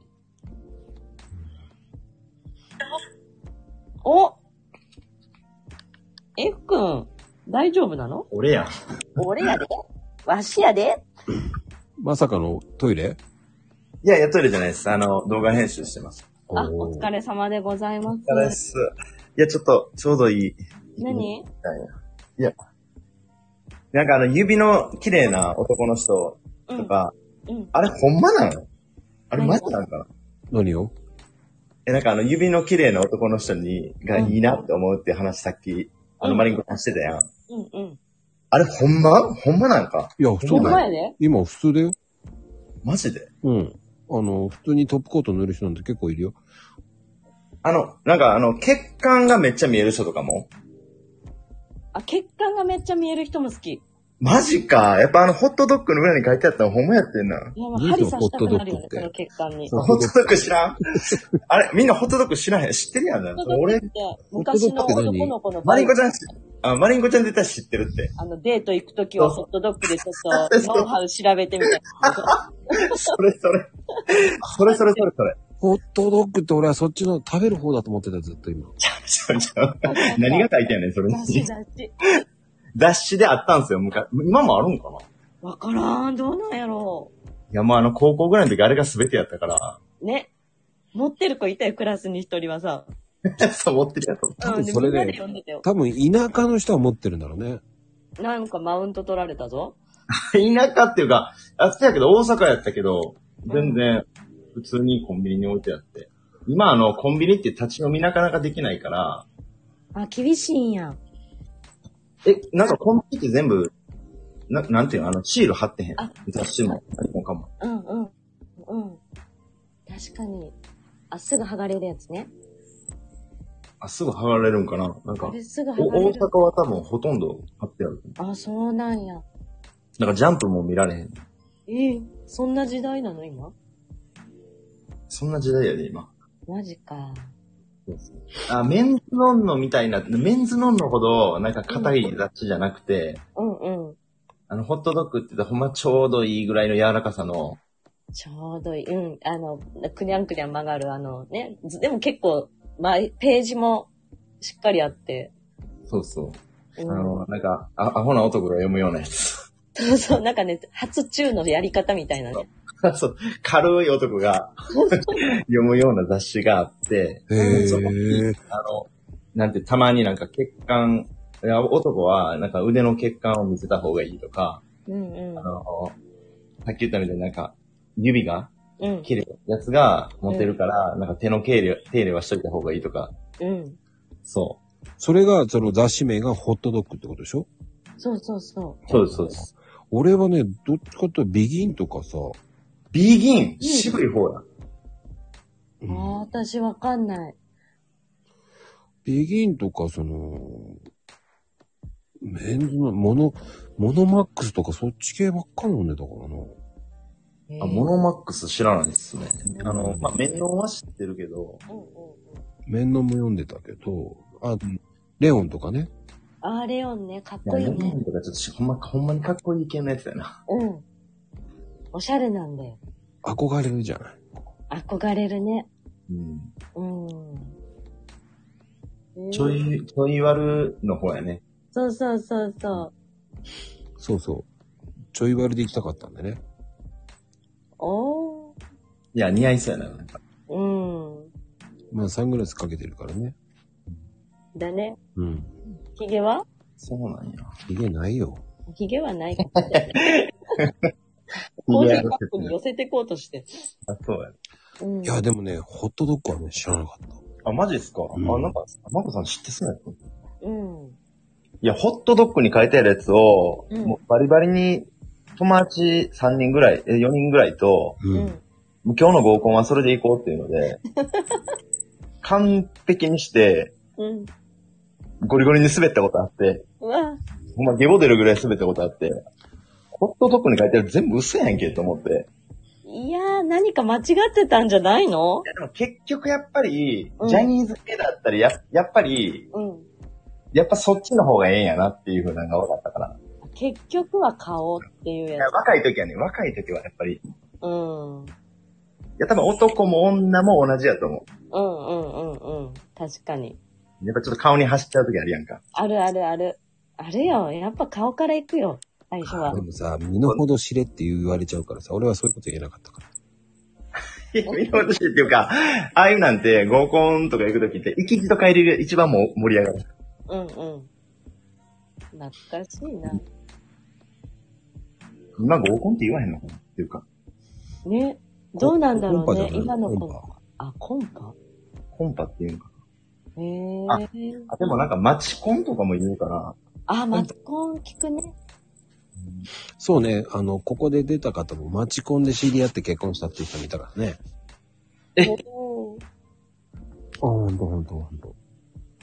Speaker 2: お !F 君、大丈夫なの
Speaker 6: 俺や。
Speaker 2: 俺やでわしやで
Speaker 1: まさかのトイレ
Speaker 6: いや、いやっとるじゃないです。あの、動画編集してます。
Speaker 2: あ、
Speaker 1: おー
Speaker 2: お疲れ様でございます。
Speaker 6: お疲れっす。いや、ちょっと、ちょうどいい。
Speaker 2: 何
Speaker 6: いや。なんかあの、指の綺麗な男の人
Speaker 2: う
Speaker 6: と
Speaker 2: ん。
Speaker 6: か、
Speaker 2: うん。
Speaker 6: あれほんまなのあれマジなんかな
Speaker 1: 何を
Speaker 6: え、なんかあの、指の綺麗な男の人に、が
Speaker 2: うん
Speaker 6: いいなって思うっていう話さっき、あ
Speaker 2: う
Speaker 6: の、
Speaker 2: ん
Speaker 6: マリンコさんしてたやん。
Speaker 2: うん。うん。
Speaker 6: あれほんまほんまなんか
Speaker 1: いや、普
Speaker 2: お
Speaker 1: 通だよ。
Speaker 2: 前で
Speaker 1: 今普通だよ。
Speaker 6: マジで
Speaker 1: うん。あの、普通にトップコート塗る人なんて結構いるよ。
Speaker 6: あの、なんかあの、血管がめっちゃ見える人とかも
Speaker 2: あ、血管がめっちゃ見える人も好き。
Speaker 6: マジか。やっぱあの、ホットドッグの裏に書いてあったのほんまやってんな。
Speaker 2: いや、もう
Speaker 1: いいですよ
Speaker 2: 針刺したくなるよね、
Speaker 1: ホットドッグって
Speaker 2: その血管に。
Speaker 1: そう
Speaker 6: ホットドッグ知らんあれみんなホットドッグ知らへん知ってるやんな。
Speaker 2: 俺っ
Speaker 6: 俺
Speaker 2: て、、昔の
Speaker 1: ホットドッグって何
Speaker 2: 男の子の
Speaker 6: マリンコちゃ
Speaker 2: ん
Speaker 6: ん、あ、マリンコちゃん絶対知ってるって。
Speaker 2: あの、デート行くときはホットドッグでちょ っと、ノウハウ調べてみたいな。
Speaker 6: それそれ。それそれそれそれ。
Speaker 1: ホットドッグって俺はそっちの食べる方だと思ってた、ずっと今。
Speaker 6: ちょちょ何が書いてんねん、それ
Speaker 2: 雑誌
Speaker 6: に。
Speaker 2: 雑誌。
Speaker 6: 雑誌であったんすよ、昔。今もあるんかな
Speaker 2: わからん、どうなんやろ
Speaker 6: いや、もうあの、高校ぐらいの時あれが全てやったから。
Speaker 2: う。ね。持ってる子いたよ、クラスに一人はさ。
Speaker 6: そう思ってるやつ。
Speaker 1: 多分
Speaker 2: うんで
Speaker 1: それ
Speaker 2: みん
Speaker 1: で
Speaker 2: なで呼んでたよ。
Speaker 1: 多分田舎の人は持ってるんだろうね。
Speaker 2: なんかマウント取られたぞ。
Speaker 6: 田舎っていうか、あ、そうやけど大阪やったけど、全然普通にコンビニに置いてあって。今あの、コンビニって立ち飲みなかなかできないから、
Speaker 2: あ、厳しいんやん。
Speaker 6: え、なんかコンビニって全部、ななんていうのあの、シール貼ってへん
Speaker 2: あ。
Speaker 6: 雑誌も、あれもかも。
Speaker 2: うんうん。うん。確かに。あ、すぐ剥がれるやつね。
Speaker 6: あ、すぐ剥がれるんかななん
Speaker 2: あ
Speaker 6: か、
Speaker 2: れすぐ
Speaker 6: お
Speaker 2: 剥が
Speaker 6: 大
Speaker 2: れる。
Speaker 6: 阪は多分ほとんど貼ってある。
Speaker 2: あ、そうなんや。
Speaker 6: なんかジャンプも見られへん。
Speaker 2: ええそんな時代なの今
Speaker 6: そんな時代やで、今。
Speaker 2: マジか。
Speaker 6: あ、メンズノンノみたいな、メンズノンノほど、なんか硬い雑誌じゃなくて、
Speaker 2: うんうん。
Speaker 6: あの、ホットドッグって言ったらほんまちょうどいいぐらいの柔らかさの、
Speaker 2: ちょうどいい。うん。あの、くにゃんくにゃん曲がる、あのね。ずでも結構、ま、ページもしっかりあって。
Speaker 6: そうそう。
Speaker 2: う
Speaker 6: あ
Speaker 2: ん、
Speaker 6: の、なんか、あアホな男が読むようなやつ。
Speaker 2: そうそう。なんかね、初中のやり方みたいなね。
Speaker 6: そう、軽い男 が 読むような雑誌があって、
Speaker 1: へえ。
Speaker 6: あの、なんて、たまになんか血管、いや男はなんか腕の血管を見せた方がいいとか、
Speaker 2: うんうん
Speaker 6: あ。の、さっき言ったみたいになんか、指が
Speaker 2: うん。
Speaker 6: 切れたやつが持てるから、なんか手の手入れ手入れはしといた方がいいとか、
Speaker 2: うん。
Speaker 6: そ。
Speaker 1: それが、その雑誌名がホットドッグってことでしょ
Speaker 2: そうそうそう
Speaker 6: そうです、そうです。
Speaker 1: 俺はね、どっちかというとビギンとかさ、
Speaker 6: ビギン渋い方や。
Speaker 2: う。ああ、私わかんない。
Speaker 1: ビギンとか、その、メンズの、モノ、モノマックスとかそっち系ばっかり飲んでたからな。
Speaker 6: あ、モノマックス知らないですね。あの、まあ、面倒は知ってるけど、
Speaker 2: うんうんうん。
Speaker 1: 面のも読んでたけど、あ、レオンとかね。
Speaker 2: あー、レオンね。かっ
Speaker 6: い
Speaker 2: こ
Speaker 6: や、
Speaker 2: いい
Speaker 6: レモ
Speaker 2: ね。
Speaker 6: ンとかちょっとしほんま、ほんまにかっこいい系のやつだな。
Speaker 2: うん。おしゃれなんだよ。
Speaker 1: 憧れるじゃない。
Speaker 2: 憧れるね。
Speaker 6: うん。
Speaker 2: うん。
Speaker 6: ちょ
Speaker 2: うん
Speaker 6: い、ちょい悪の方やね。
Speaker 2: そうそうそうそう。
Speaker 1: そうそう。ちょい割りで行きたかったんでね。
Speaker 2: おー。
Speaker 6: いや、似合いそうやな。なんか
Speaker 2: うん。
Speaker 1: まあサングラスかけてるからね。
Speaker 2: だね。
Speaker 1: うん。
Speaker 2: ヒゲは
Speaker 6: そうなんや。
Speaker 1: ひげないよ。
Speaker 2: ヒゲ はないかもしれない。コーヒーカップに寄せてこうとして。
Speaker 6: あ、そうや。
Speaker 2: うん
Speaker 1: いや、でもね、ホットドッグはね、知らなかった。
Speaker 6: あ、マジですか、
Speaker 1: うん
Speaker 6: あ、なんか、マコさん知ってそうやった
Speaker 2: うん。
Speaker 6: いや、ホットドッグに書いてあるやつを、
Speaker 2: うん
Speaker 6: もうバリバリに、友達3人ぐらい、え4人ぐらいと、
Speaker 1: う
Speaker 2: うん。
Speaker 6: もう今日の合コンはそれで行こうっていうの で、完璧にして、
Speaker 2: うん。
Speaker 6: ゴリゴリに滑ったことあって、
Speaker 2: うわ。
Speaker 6: ほんまゲボ出るぐらい滑ったことあって、ホットドッグに書いてある全部嘘やんけと思って。
Speaker 2: いやー、何か間違ってたんじゃないの
Speaker 6: いやでも結局やっぱり
Speaker 2: う、ん
Speaker 6: ジャニーズ系だったり、や、やっぱり、
Speaker 2: うん。
Speaker 6: やっぱそっちの方がええんやなっていう風なのが分かったから。
Speaker 2: 結局は顔っていうや
Speaker 6: いや若い時はね、若い時はやっぱり、い
Speaker 2: つ。うん。
Speaker 6: や多分男も女も同じやと思
Speaker 2: うんうんうんうん。確かに。
Speaker 6: う。やっぱちょっと顔に走っちゃう時あるやんか。
Speaker 2: あるあるある。あるよ。やっぱ顔から行くよ。最初は
Speaker 1: で。もさ、身の程知れって言われちゃうからさ、俺はそういうこと言えなかったから。
Speaker 6: い や、見落としっていうか、ああいうなんて合コンとか行く時って、行き地と帰りが一番もう盛り上がる。
Speaker 2: うんうん。懐かしいな。
Speaker 6: 今合コンって言わへんのかなっていうか、
Speaker 2: ね。どうなんだろうね。
Speaker 1: コンパじゃない
Speaker 2: 今の
Speaker 1: コ
Speaker 2: 子
Speaker 1: ンパ。
Speaker 2: あ、コンパ
Speaker 6: コンパっていうのか。
Speaker 2: へえ。
Speaker 6: あ、でもなんか街コンとかも言うから、
Speaker 2: あ、マツコン聞くね。
Speaker 1: そうね、あの、ここで出た方もマチコンで知り合って結婚したっていう人もいたからね。
Speaker 6: え
Speaker 2: おー
Speaker 1: あ、ほんとほんとほんと。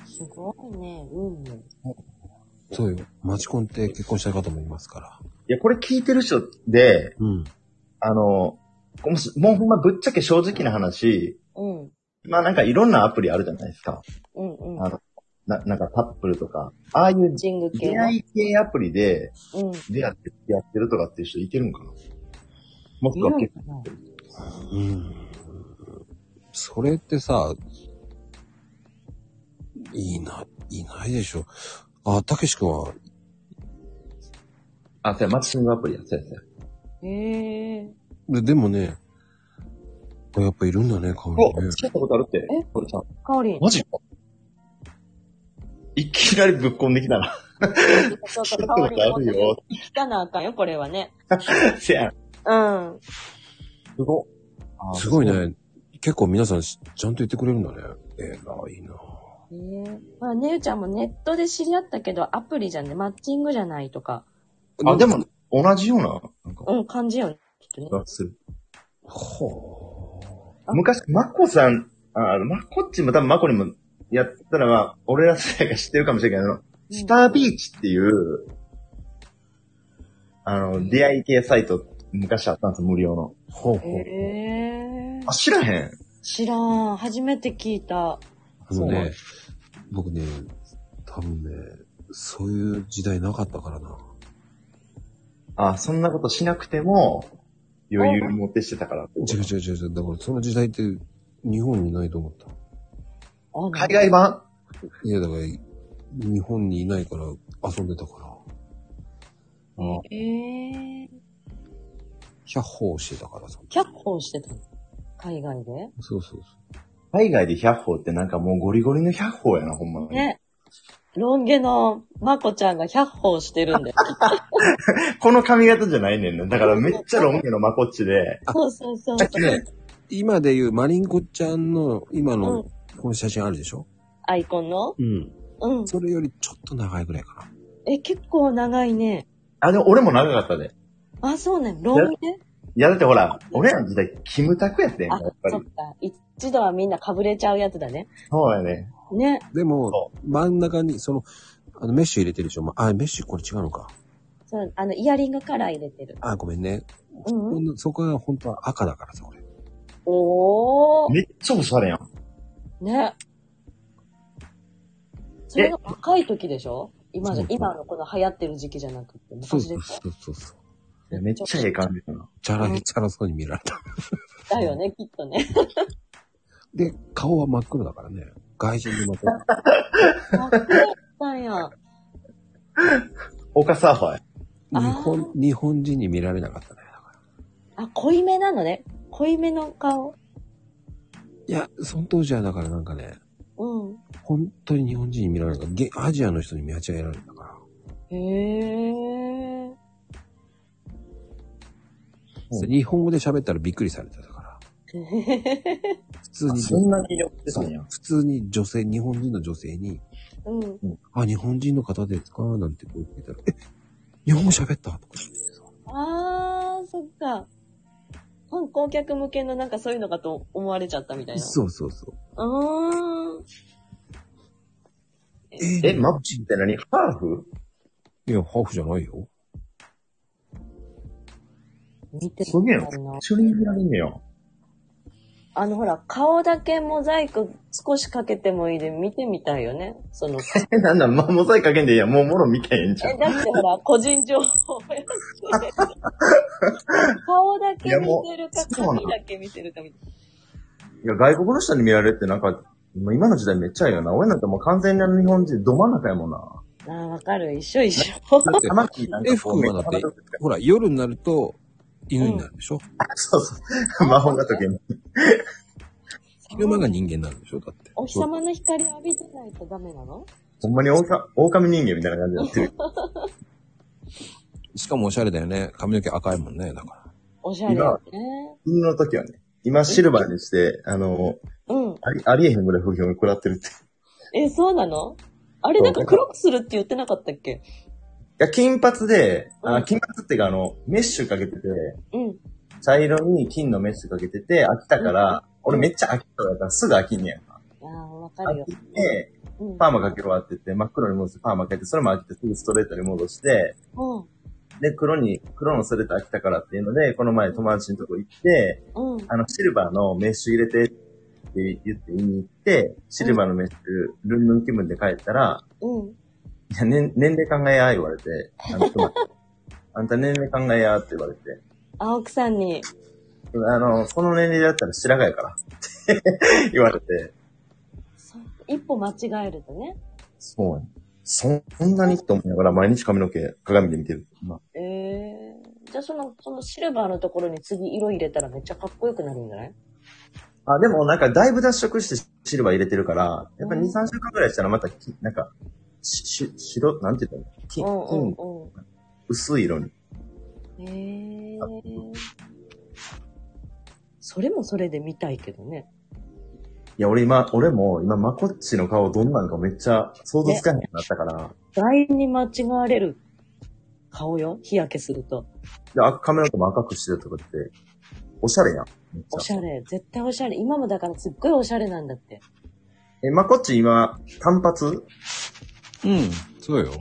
Speaker 2: すごいね。うん。
Speaker 1: そうよ。マチコンって結婚したい方もいますから。
Speaker 6: いや、これ聞いてる人で、
Speaker 1: うん。
Speaker 6: あの、もうもうほんまぶっちゃけ正直な話、
Speaker 2: うん。
Speaker 6: まあなんかいろんなアプリあるじゃないですか。
Speaker 2: うんうん。
Speaker 6: あの、ななんかタップルとか、ああいう
Speaker 2: ジング系
Speaker 6: 出
Speaker 2: の。
Speaker 6: 会い系アプリで
Speaker 2: うん。
Speaker 6: 出会ってやってるとかっていう人いてるんかなもしくは結構
Speaker 1: うん。それってさ、いな、いないでしょ。あ、たけし君は、
Speaker 6: あ、そうや、マッチングアプリやそうやそうや。
Speaker 2: へえ。
Speaker 1: ででもね、やっぱいるんだね、顔に
Speaker 6: お、
Speaker 1: ね。
Speaker 6: 付き合ったことあるって。えこれちゃん。
Speaker 2: かおりん。
Speaker 6: マジいきなりぶっこんできたな。
Speaker 2: そう
Speaker 6: 付き
Speaker 2: そ
Speaker 6: 合
Speaker 2: う、かお
Speaker 6: ったこ
Speaker 2: りん。
Speaker 6: とあるよ。
Speaker 2: 聞かなあかんよ、これはね。
Speaker 6: せやん。
Speaker 2: うん。
Speaker 6: すご。あ
Speaker 1: すごい。
Speaker 6: そう
Speaker 1: ね。結構皆さんしちゃんと言ってくれるんだね。えらいな。
Speaker 2: ええ。まあ、ねゆちゃんもネットで知り合ったけど、アプリじゃね、マッチングじゃないとか、
Speaker 6: あ、でも、同じような、なんか、
Speaker 2: うん、感じよね。きっとね。
Speaker 6: がする。
Speaker 1: ほ
Speaker 2: あ
Speaker 6: 昔、マコさん、あ、マコっちも多分マコにもやったらは、俺ら世代が知ってるかもしれないけど、スタービーチっていう、あの、出会い系サイト、昔あったんですよ、無料の。
Speaker 1: う。ほうほう。
Speaker 2: ええ。
Speaker 6: あ、知らへん。
Speaker 2: 知らん。初めて聞いた。
Speaker 1: あの
Speaker 6: そうな
Speaker 1: ね
Speaker 6: んで、
Speaker 1: 僕ね、多分ね、そういう時代なかったからな。
Speaker 6: あ、そんなことしなくても、余裕持ってしてたから。
Speaker 1: 違う違う違う違う。だからその時代って日本にいないと思った。
Speaker 2: あ
Speaker 6: 海外版
Speaker 1: いやだから、日本にいないから遊んでたから、
Speaker 2: ええ。
Speaker 1: 百歩してたからさ。
Speaker 2: 脚本してたの海外で
Speaker 1: そうそう
Speaker 6: 海外で100歩ってなんかもうゴリゴリの100歩やな、ほんまに。
Speaker 2: ね。ロン毛のまこちゃんが百歩してるんだよ。
Speaker 6: この髪型じゃないねんな。だからめっちゃロン毛のマコっちで。
Speaker 2: そうそうそう。
Speaker 6: ね、
Speaker 1: そう。今で言うマリンコちゃんの今
Speaker 2: う
Speaker 1: の
Speaker 2: ん。
Speaker 1: この写真あるでしょ
Speaker 2: アイコンの
Speaker 1: うん。
Speaker 2: うん。
Speaker 1: それよりちょっと長いぐらいかな。
Speaker 2: え、結構長いね。
Speaker 6: あ、でも俺も長かったで。
Speaker 2: あ、そうね。ロン毛
Speaker 6: いや、だってほら、俺らの時代、キムタクやってんや
Speaker 2: あ
Speaker 6: っぱ、
Speaker 2: そっ
Speaker 6: り。
Speaker 2: か。一度はみんなかぶれちゃうやつだね。
Speaker 6: そうやね。
Speaker 2: ね。
Speaker 1: でも
Speaker 6: そ、
Speaker 1: 真ん中に、その、あの、メッシュ入れてるでしょまあ、メッシュこれ違うのか。
Speaker 2: そう、あの、イヤリングカラー入れてる。
Speaker 1: あ、ごめんね。
Speaker 2: うんうん。
Speaker 1: そこは本当は赤だからさ、俺。
Speaker 2: おー。
Speaker 6: めっちゃオシャレやん。
Speaker 2: ね。それが若い時でしょ今じゃ、今のこの流行ってる時期じゃなくて、
Speaker 1: そう
Speaker 2: 昔
Speaker 1: そ
Speaker 2: で
Speaker 1: う
Speaker 2: すよ
Speaker 1: そうそうそう。
Speaker 6: いやめっちゃええ感じだな。
Speaker 1: チャラ、チャラそうに見られた。
Speaker 2: だよね、きっとね。
Speaker 1: で、顔は真っ黒だからね。外人で真っ黒。
Speaker 2: 若かったんや。
Speaker 6: オカサーファーや。
Speaker 2: あー
Speaker 1: 日本、日本人に見られなかったね。だから
Speaker 2: あ、濃いめなのね。濃いめの顔。
Speaker 1: いや、その当時はだからなんかね、
Speaker 2: うん。
Speaker 1: 本当に日本人に見られなかった。ゲアジアの人に見間違えられたから。
Speaker 2: へえ。
Speaker 6: うん
Speaker 1: 日本語で喋ったらびっくりされてたから。普通に、
Speaker 6: そんなに寄ってた
Speaker 1: そ
Speaker 6: んや
Speaker 1: う。普通に女性、日本人の女性に、
Speaker 2: うん。
Speaker 1: あ、日本人の方ですかなんてこう言ってたら、え、日本語喋ったとか言ってさ。
Speaker 2: あー、そっか。観光客向けのなんかそういうのかと思われちゃったみたいな。
Speaker 1: そうそうそう。
Speaker 2: う。うーん。
Speaker 6: え、マッチって何ハーフ
Speaker 1: いや、ハーフじゃないよ。
Speaker 2: 見て
Speaker 6: すげえ
Speaker 2: る
Speaker 6: な。一緒に見られんねや。
Speaker 2: あのほら、顔だけモザイク少しかけてもいいで見てみたいよね。そ の、え、
Speaker 6: え、なんだ、まモザイクかけんでいいや。もうもろ見たいんじゃん。
Speaker 2: だってほら、個人情報やし。顔だけ見てるか、
Speaker 6: いやもう
Speaker 2: 髪だけ見てるかみたい
Speaker 6: いや、外国の人に見られるってなんか、もう今の時代めっちゃええよな。俺なんてもう完全な日本人ど真ん中やもんな。
Speaker 2: な。あー、わかる。一緒一緒。
Speaker 1: だって、
Speaker 6: 玉木なんか
Speaker 1: え、
Speaker 6: こう
Speaker 1: 服はだって、ほら、夜になると、犬になるでしょ、
Speaker 6: そう そう。魔法が解ける。
Speaker 1: 昼間が人間になるでしょだって。
Speaker 2: お日様の光浴びてないとダメなの
Speaker 6: ほんまに狼狼人間みたいな感じになってる。
Speaker 1: しかもおしゃれだよね。髪の毛赤いもんね。だから。
Speaker 2: おしゃれよね。
Speaker 6: 犬の時はね。今シルバーにして、あの、
Speaker 2: うん。
Speaker 6: ありありえへんぐらい不評を食らってるって。い
Speaker 2: え、そうなのあれなんか黒くするって言ってなかったっけ
Speaker 6: や、金髪で、
Speaker 2: う
Speaker 6: あ
Speaker 2: ん
Speaker 6: 金髪っていうかあの、メッシュかけてて、
Speaker 2: うん。
Speaker 6: 茶色に金のメッシュかけてて、飽きたから、俺めっちゃ飽きたからすぐ飽きんねやんか。
Speaker 2: ああ、わかる
Speaker 6: 飽
Speaker 2: よ
Speaker 6: き。て、
Speaker 2: うん。
Speaker 6: パーマかけ終わってて、真っ黒に戻してパーマかけて、それも飽きてすぐストレートに戻して、
Speaker 2: うん。
Speaker 6: で、黒に、黒のストレート飽きたからっていうので、この前友達のとこ行って、
Speaker 2: うん。
Speaker 6: あの、シルバーのメッシュ入れてって言って言いに行って、シルバーのメッシュ、ルンルン気分で帰ったら、
Speaker 2: うん。
Speaker 6: いや、年、年齢考えや、言われて、あの、ちょっと待ってあんた年齢考えや、って言われて、
Speaker 2: あ、奥さんに。
Speaker 6: あの、その年齢だったら白髪やから、 って言われて、
Speaker 2: そう一歩間違えるとね。
Speaker 6: そうやんそそんなにと思いながら毎日髪の毛鏡で見てる。まあ、
Speaker 2: ええじゃあその、そのシルバーのところに次色入れたらめっちゃかっこよくなるんじゃない
Speaker 6: あ、でもなんかだいぶ脱色してシルバー入れてるから、やっぱ2、3週間くらいしたらまたき、なんか、し、し、白、なんていうの
Speaker 2: う
Speaker 6: 金、
Speaker 2: んう
Speaker 6: 金、
Speaker 2: ん
Speaker 6: 薄い色に。
Speaker 2: うん。ええそれもそれで見たいけどね。
Speaker 6: いや、俺今、俺も今、まこっちの顔どんなのかめっちゃ想像つかへんくなったから、
Speaker 2: ラインに間違われる顔よ。日焼けすると。
Speaker 6: で、あ髪の毛も赤くしてるとかって、おしゃれやん。めっ
Speaker 2: お
Speaker 6: ち
Speaker 2: し
Speaker 6: ゃ。
Speaker 2: ゃれ。絶対おしゃれ。今もだからすっごいおしゃれなんだって。
Speaker 6: え、まこっち今、単発
Speaker 1: うん、そうよ。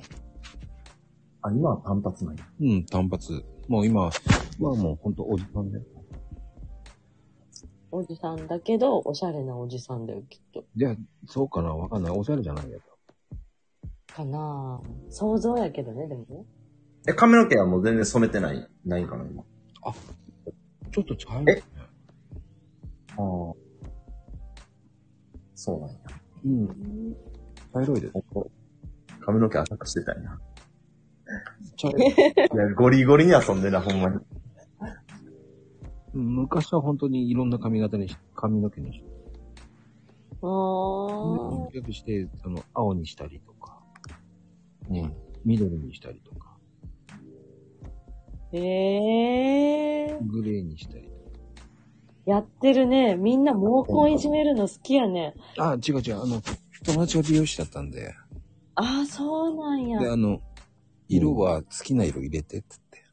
Speaker 6: あ、今は単発なんや。
Speaker 1: うん、単発。もう今、まあもうほんとおじさんで。
Speaker 2: おじさんだけど、おしゃれなおじさんだよ、きっと。
Speaker 1: いや、そうかなわかんない。おしゃれじゃないや
Speaker 2: かなぁ。想像やけどね、でもね。
Speaker 6: え、髪の毛はもう全然染めてない、ないんかな、今。
Speaker 1: ちょっと違いますね。
Speaker 6: ああ。そうなんや。
Speaker 1: うん、茶色いです。
Speaker 6: 髪の毛赤くしてたいな。
Speaker 1: 茶色い。
Speaker 6: いや、ゴリゴリに遊んでな、ほんまに。
Speaker 1: うん昔は本当にいろんな髪型にし、髪の毛にして、
Speaker 2: あー。
Speaker 1: よくして、その、青にしたりとか、うん、緑にしたりとか、
Speaker 2: ええ
Speaker 1: グレーにしたりと
Speaker 2: やってるね。みんな毛根いじめるの好きやね。
Speaker 1: か。あ、違う違う。あの、友達が美容師だったんで、
Speaker 2: ああ、そうなんや。
Speaker 1: で、
Speaker 2: うん
Speaker 1: あの、色は好きな色入れてって言って。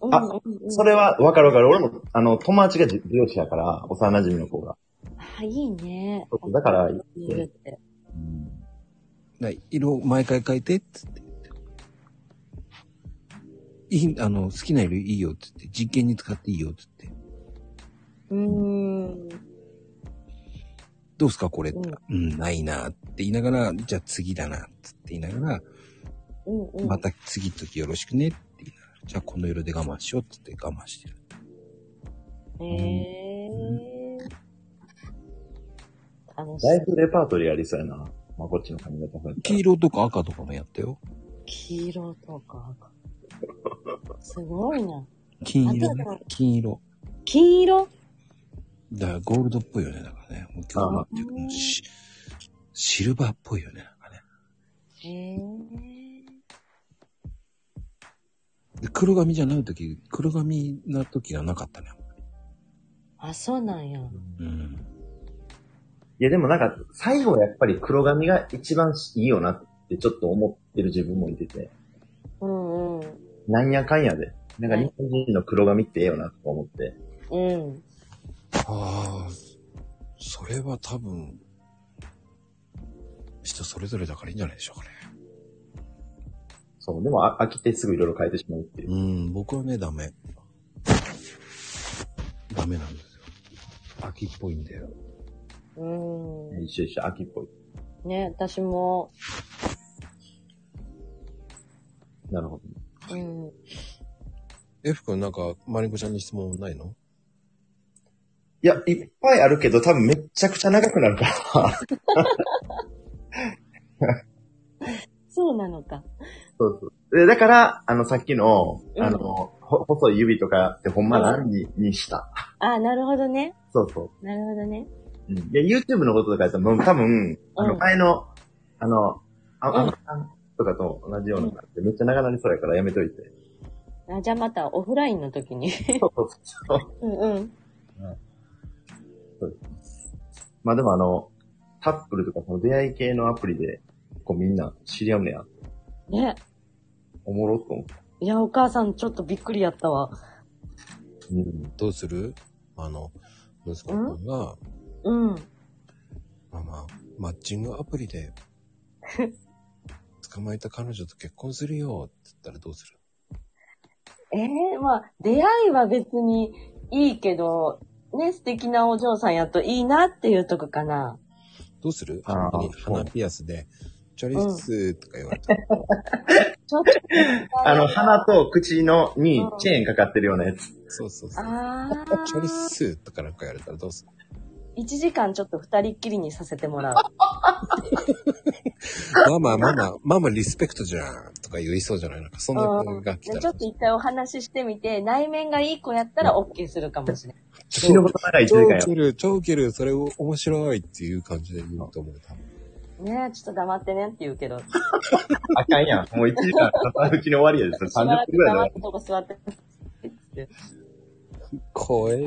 Speaker 2: うん
Speaker 6: あ
Speaker 2: うん、
Speaker 6: それは、わかるわかる。俺も、あの、友達が美容師やから、幼馴染の子が。
Speaker 2: ああ、いいね
Speaker 6: そう。だから
Speaker 2: いるって。
Speaker 1: うん。で色を毎回変えてって言って。いい、あの、好きな色いいよって言って、実験に使っていいよって言って。
Speaker 2: うーん。
Speaker 1: どうすかこれ、
Speaker 2: う
Speaker 1: うんん、ないなって言いながら、じゃあ次だなって言いながら、
Speaker 2: うんうん。
Speaker 1: また次の時よろしくねって言いながら、じゃあこの色で我慢しようって言って我慢してる。
Speaker 2: ええ楽し
Speaker 6: だ
Speaker 2: い
Speaker 6: い。ぶレパートリーありそうやな。まあ、こっちの髪型増えた
Speaker 1: 黄
Speaker 6: ら
Speaker 1: 色とか赤とかもやったよ。
Speaker 2: 黄色とか赤。すごいな。
Speaker 1: 金色ね
Speaker 2: 赤だ。
Speaker 1: 金色。
Speaker 2: 金色
Speaker 1: だからゴールドっぽいよね、だからね。もう今日はっていうかもうしシルバーっぽいよね、なんかね。
Speaker 2: ええ
Speaker 1: で黒髪じゃない時、黒髪な時がなかったね。
Speaker 2: あ、そうなんや。
Speaker 1: うん。
Speaker 6: いや、でもなんか、最後はやっぱり黒髪が一番いいよなってちょっと思ってる自分もいてて。
Speaker 2: うんうん。
Speaker 6: なんやかんやで。なんか日本人の黒髪ってええよなとか思って。
Speaker 2: うん。
Speaker 1: ああ、それは多分、人それぞれだからいいんじゃないでしょうかね。
Speaker 6: そう。でもあ飽きてすぐいろいろ変えてしまうっていう。
Speaker 1: うん、僕はね、ダメ。ダメなんですよ。秋っぽいんだよ。
Speaker 2: うん。
Speaker 6: 一緒一緒、秋っぽい。
Speaker 2: ね、私も、
Speaker 6: なるほど。
Speaker 2: うん。
Speaker 1: F 君なんか、マリコちゃんに質問ないの
Speaker 6: いや、いっぱいあるけど、多分めっちゃくちゃ長くなるから。
Speaker 2: そうなのか。
Speaker 6: そう そう。で、だから、あの、さっきの、
Speaker 2: うん
Speaker 6: あの、ほ細い指とかってほんま何に、にした。
Speaker 2: あ、なるほどね。
Speaker 6: そうそ
Speaker 2: なるほどね。
Speaker 6: う。うん、で、YouTube のこととかやったら、もう多分、あ
Speaker 2: う
Speaker 6: の、
Speaker 2: ん
Speaker 6: 前の、あの、あ、
Speaker 2: うん
Speaker 6: あの、さんとかと同じような感じで、めっちゃ長なりそうやからやめといて。
Speaker 2: あじゃあまたオフラインの時に。
Speaker 6: そうそうそう。
Speaker 2: うんうん。
Speaker 6: まあでもあの、タップルとかその出会い系のアプリで、こうみんな知り合うねや。
Speaker 2: ね。
Speaker 6: おもろっと思った。
Speaker 2: いや、お母さんちょっとびっくりやったわ。
Speaker 6: うん。
Speaker 1: どうするあの、息子君が、
Speaker 2: うん。
Speaker 1: まあまあ、マッチングアプリで捕まえた彼女と結婚するよって言ったらどうする
Speaker 2: ええまあ、出会いは別にいいけど、ね、素敵なお嬢さんやといいなっていうとこかな。
Speaker 1: どうする
Speaker 6: あー
Speaker 1: 鼻に鼻ピアスで、チョリッスーとか言われて、
Speaker 2: ちょっと。
Speaker 6: あの、鼻と口のにチェーンかかってるようなやつ。
Speaker 1: そうそうそう。
Speaker 2: あ
Speaker 1: チョリッ
Speaker 2: あ。
Speaker 1: スーとかなんか言われたらどうする
Speaker 2: 1時間ちょっと二人っきりにさせてもらう。
Speaker 1: ママ、ママ、ママリスペクトじゃんとか言いそうじゃないなんか、そんな子が来
Speaker 2: で
Speaker 1: た
Speaker 2: ち
Speaker 1: ら
Speaker 2: ょっ。と一回お話ししてみて、内面がいい子やったら OK するかもしれない。
Speaker 6: 死ぬほど長い1時
Speaker 1: 超
Speaker 6: 間
Speaker 1: ウ
Speaker 6: よ。
Speaker 1: ケる、超ウケる、それを面白いっていう感じで言うと思う。多分
Speaker 2: ねえ、ちょっと黙ってねって言うけど。
Speaker 6: あかんやん。もう1時間経たうちに終わりやで。それ
Speaker 2: しばら
Speaker 6: 30
Speaker 2: く
Speaker 6: 分ぐら
Speaker 2: 黙っ
Speaker 6: いだ
Speaker 2: てとこ座って。って
Speaker 1: 怖い、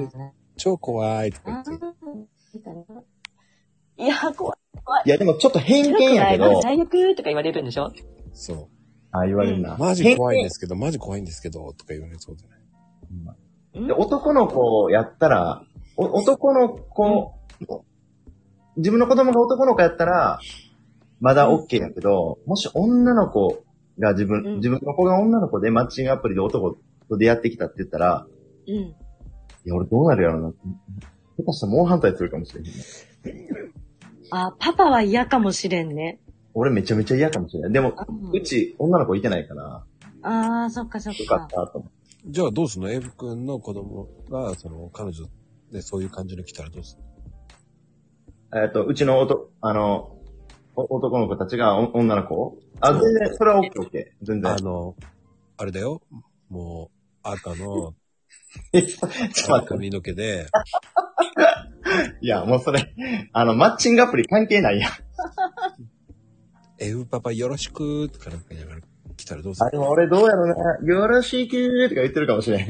Speaker 1: 超怖いとか言って。
Speaker 2: いや、怖い。
Speaker 6: いや、でもちょっと偏
Speaker 2: よく
Speaker 6: 見や
Speaker 2: な
Speaker 6: け
Speaker 2: いの
Speaker 6: ど。
Speaker 2: 最悪とか言われるんでしょ
Speaker 1: そ
Speaker 6: あ、言われる
Speaker 1: う。
Speaker 6: な。。
Speaker 1: マジ怖いんですすけど、マジ怖いんですけど、とか言われそうじゃない
Speaker 6: で男の子やったら、お男の子、自分の子供が男の子やったら、まだ OK やけど、もし女の子が自分、
Speaker 2: うん
Speaker 6: 自分の子が女の子でマッチングアプリで男と出会ってきたって言ったら、
Speaker 2: うん。
Speaker 6: いや、俺どうなるやろうな。下手したら猛反対するかもしれない。
Speaker 2: あ、パパは嫌かもしれんね。
Speaker 6: 俺めちゃめちゃ嫌かもしれない。でも、うち女の子いてないから、
Speaker 2: ああ、そっかそっ
Speaker 6: よか
Speaker 2: か
Speaker 6: っ。たと思う。
Speaker 1: じゃあどうすんのエイブ君の子供が、その、彼女でそういう感じに来たらどうすんの
Speaker 6: えっと、うちのおと、あの、お男の子たちがお女の子あ、全然、それは OK、OK。全然
Speaker 1: あ。の、あれだよ。もう、赤の
Speaker 6: えちょっと待って。
Speaker 1: 髪の毛で、
Speaker 6: いや、もうそれ、あの、マッチングアプリ関係ないやん。
Speaker 1: エウパパよろしくとかなんか言いながら来たらどうす
Speaker 6: あ、
Speaker 1: る
Speaker 6: でも俺どうやろな。よろしくーとか言ってるかもし れん。一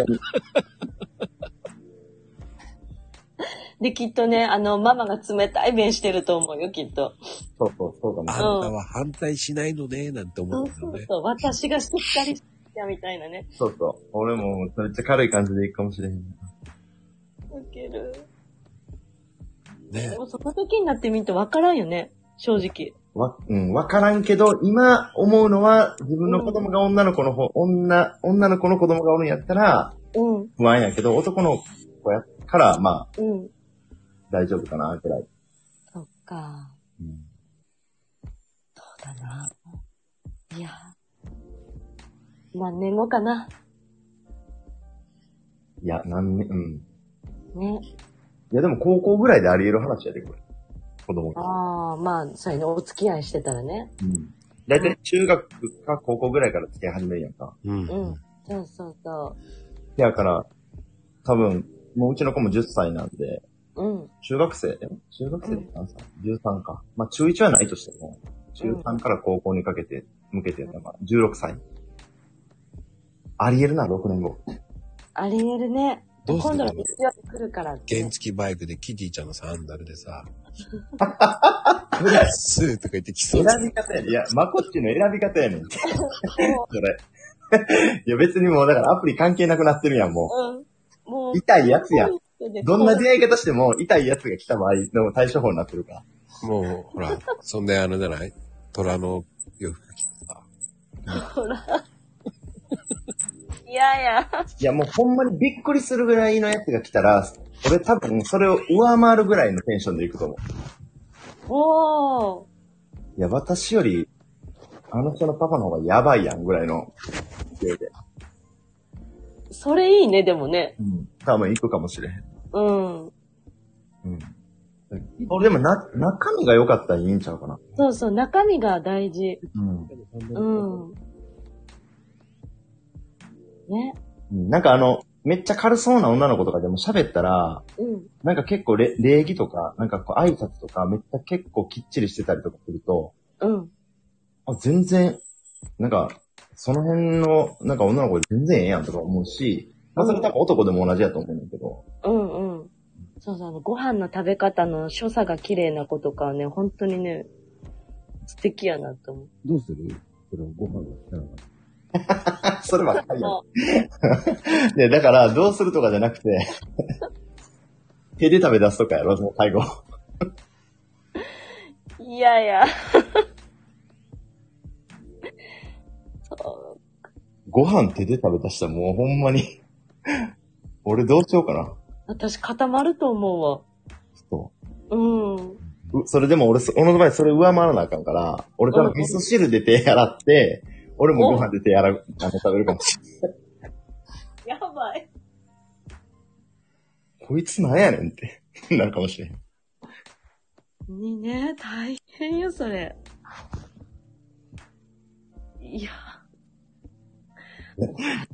Speaker 6: 緒に
Speaker 2: で、きっとね、あの、ママが冷たい面してると思うよ、きっと。
Speaker 6: そうそう、そうかも
Speaker 1: あん
Speaker 6: しれ
Speaker 1: た
Speaker 6: ん。
Speaker 1: は反対しないのね、なんて思
Speaker 2: そううん
Speaker 1: だ
Speaker 2: そ
Speaker 1: よ
Speaker 2: う
Speaker 1: ね。
Speaker 2: そう。私がしっかりしてきたみたいなね。
Speaker 6: そうそう。俺も、めっちゃ軽い感じでいくかもしれん。
Speaker 2: ウケる。
Speaker 1: ね
Speaker 2: でも、その時になってみると分からんよね、正直。
Speaker 6: わ、うん、わからんけど、今思うのは、自分の子供が女の子の方、女、女の子の子供がおるんやったら、
Speaker 2: うん、
Speaker 6: 不安やけど、男の子やから、まあ、
Speaker 2: うん。
Speaker 6: 大丈夫かな、ぐらい。
Speaker 2: そっか。
Speaker 6: うん
Speaker 2: そうだな。いや。何年後かな。
Speaker 6: いや、なんね、うん。
Speaker 2: ね。
Speaker 6: いや、でも高校ぐらいであり得る話やで、これ。子供が。
Speaker 2: ああ、まあ、そういうのお付き合いしてたらね。
Speaker 6: うん。だいたい中学か高校ぐらいから付き合い始めるやんか。
Speaker 1: うん
Speaker 2: うん。そうそうそ
Speaker 6: せやから、多分、もううちの子も10歳なんで、
Speaker 2: う。うん。
Speaker 6: 中学生え中学生って何歳、?13 か。まあ中1はないとしても、中3から高校にかけて、向けて、なんか16歳。あり得るな、6年後。
Speaker 2: あり得るね。
Speaker 1: どうす
Speaker 2: 今
Speaker 1: ん
Speaker 2: 度
Speaker 1: の
Speaker 2: の日曜日来るからってね、
Speaker 1: 原付バイクでキティちゃんのサンダルで さ、プラスとか言って来そう
Speaker 6: 選
Speaker 1: じゃん
Speaker 6: び方やねん。いや、まこっちの選び方やね ん。それ。 いや、別にもうだからアプリ関係なくなってるやん、
Speaker 2: うん。
Speaker 6: も
Speaker 2: もう
Speaker 6: う。、痛いやつやん。どんな
Speaker 2: で
Speaker 6: 出会い方しても痛いやつが来た場合の対処法になってるから。
Speaker 1: もう、ほら、そんであれじゃない虎の洋服着てさ、
Speaker 2: いやいや。
Speaker 6: いやもうほんまにびっくりするぐらいのやつが来たら、俺多分それを上回るぐらいのテンションでいくと思う。
Speaker 2: おー。
Speaker 6: いや、私より、あの人のパパの方がやばいやんぐらいの勢いで。
Speaker 2: それいいね、でもね。
Speaker 6: うん。多分行くかもしれへん。
Speaker 2: うん。
Speaker 6: うん。俺でもな、中身が良かったらいいんちゃうかな。
Speaker 2: そうそう、中身が大事。
Speaker 6: うん。
Speaker 2: うん。ね。
Speaker 6: なんかあの、めっちゃ軽そうな女の子とかでも喋ったら、
Speaker 2: うん。
Speaker 6: なんか結構れ礼儀とか、なんかこう挨拶とかめっちゃ結構きっちりしてたりとかすると、
Speaker 2: うん。
Speaker 6: あ、全然、なんか、その辺の、なんか女の子で全然ええやんとか思うし、まあそれ多分男でも同じやと思うんだけど、
Speaker 2: うんうん。そうそう、あの、ご飯の食べ方の所作が綺麗な子とかはね、本当にね、素敵やなと思う。
Speaker 1: どうするそれご飯が来たのか
Speaker 6: そればっかりや
Speaker 2: そ
Speaker 6: ん。で、だから、どうするとかじゃなくて、手で食べ出すとかやろ、その最後。
Speaker 2: ういいやいや。 そ
Speaker 6: ご飯手で食べたしたらもうほんまに、俺どうしようかな。
Speaker 2: う。私固まると思
Speaker 6: そう
Speaker 2: わ。うん。
Speaker 6: うそれでも俺そ、俺の場合それ上回らなあかんから、俺から味噌汁で手洗って、俺もご飯で手洗う、あの食べるかもしれ
Speaker 2: やばい。
Speaker 6: ん。こいつなんやねんって、なるかもしれん。
Speaker 2: にね、大変よ、それ。いや、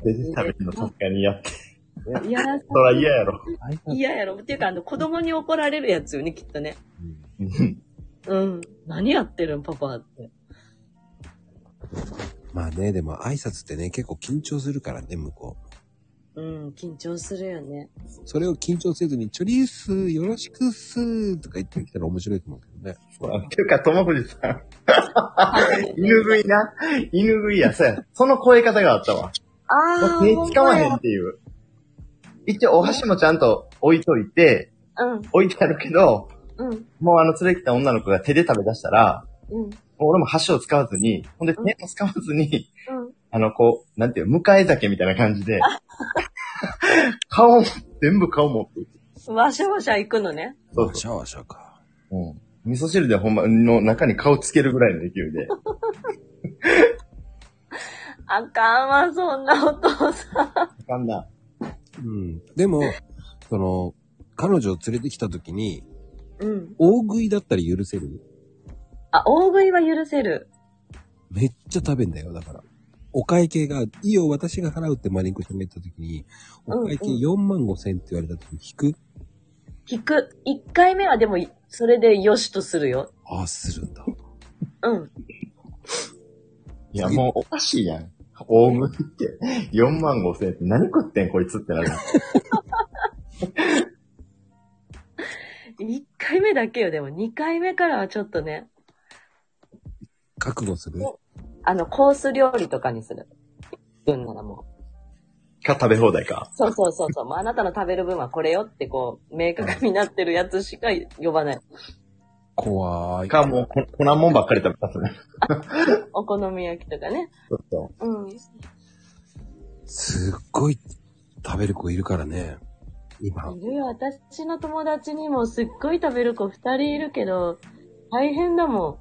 Speaker 6: 手で食べるのさすがにやって。
Speaker 2: いやらさ
Speaker 6: そら嫌やろ。
Speaker 1: 大変。
Speaker 2: 嫌やろ。っていうか、あの、子供に怒られるやつよね、きっとね。
Speaker 1: うん
Speaker 6: うん
Speaker 2: うん。何やってるん、パパって。
Speaker 1: まあね、でも挨拶ってね、結構緊張するからね、向こう。
Speaker 2: うん、緊張するよね。
Speaker 1: それを緊張せずに、チョリースー、よろしくっすーとか言ってきたら面白いと思うけどね。
Speaker 6: っていうか、友藤さん、犬食いな。犬食いや、そうや。その声方があったわ。
Speaker 2: あ
Speaker 6: 手使わへんっていう。一応、お箸もちゃんと置いといて、
Speaker 2: うん、
Speaker 6: 置いてあるけど、
Speaker 2: うん、
Speaker 6: もうあの連れてきた女の子が手で食べ出したら、
Speaker 2: うん、
Speaker 6: もう俺も箸を使わずに、ほんで手も使わずに、
Speaker 2: うん。
Speaker 6: あの、こう、なんていう、迎え酒みたいな感 じで、顔、全部顔持っていく。
Speaker 2: わしゃわしゃ行くのね。
Speaker 6: そう
Speaker 1: シャワシャワか。
Speaker 6: そう。うん。味噌汁でほんま、の中に顔つけるぐらいの勢いで。
Speaker 2: あかんわ、そんなお父さん。
Speaker 6: あかんな。
Speaker 1: うん。でも、その、彼女を連れてきた時に、
Speaker 2: うん。
Speaker 1: 大食いだったら許せる
Speaker 2: あ、大食いは許せる。
Speaker 1: めっちゃ食べんだよ、だから。お会計が、いいよ、私が払うってマリンコちゃんが言った時に、お会計
Speaker 2: うんうん
Speaker 1: 4万5千って言われた時に引く、
Speaker 2: 引く。一回目はでも、それでよしとするよ。
Speaker 1: ああ、するんだ。
Speaker 2: うん。
Speaker 6: いや、もうおかしいやん。大食いって、4万5千円って何食ってんこいつってなる。
Speaker 2: 一回目だけよ、でも。二回目からはちょっとね、
Speaker 1: 覚悟する。
Speaker 2: あの、コース料理とかにする。分ならも
Speaker 6: か食べ放題か
Speaker 2: う。。そうそうそうそう。もうあなたの食べる分はこれよってこう、明確になってるやつしか呼ばない。
Speaker 1: 怖い。
Speaker 6: か、もうこ、こんなもんばっかり食べたすね。
Speaker 2: お好み焼きとかね。
Speaker 6: そうそ
Speaker 2: うん。
Speaker 1: すっごい食べる子いるからね。今
Speaker 2: い。るよ。私の友達にもすっごい食べる子二人いるけど、大変だも
Speaker 6: う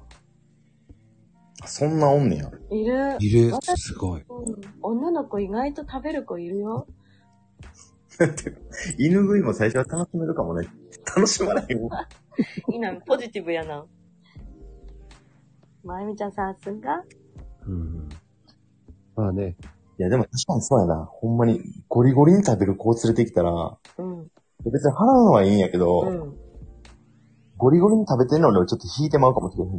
Speaker 6: そんなおんねや。
Speaker 2: ん。いる。
Speaker 1: いる。
Speaker 2: 私
Speaker 1: すごい。
Speaker 2: うん女の子意外と食べる子いるよ。
Speaker 6: 犬食いも最初は楽しめるかもね。 楽しまないよ。
Speaker 2: いいな、ポジティブやな。まゆみちゃんさすが
Speaker 1: うん。まあね、
Speaker 6: いや、でも確かにそうやな。ほんまに、ゴリゴリに食べる子を連れてきたら、
Speaker 2: うん。
Speaker 6: 別に払うのはいいんやけど、
Speaker 2: うん。
Speaker 6: ゴリゴリに食べてんのに俺ちょっと引いてまうかもしれへんな。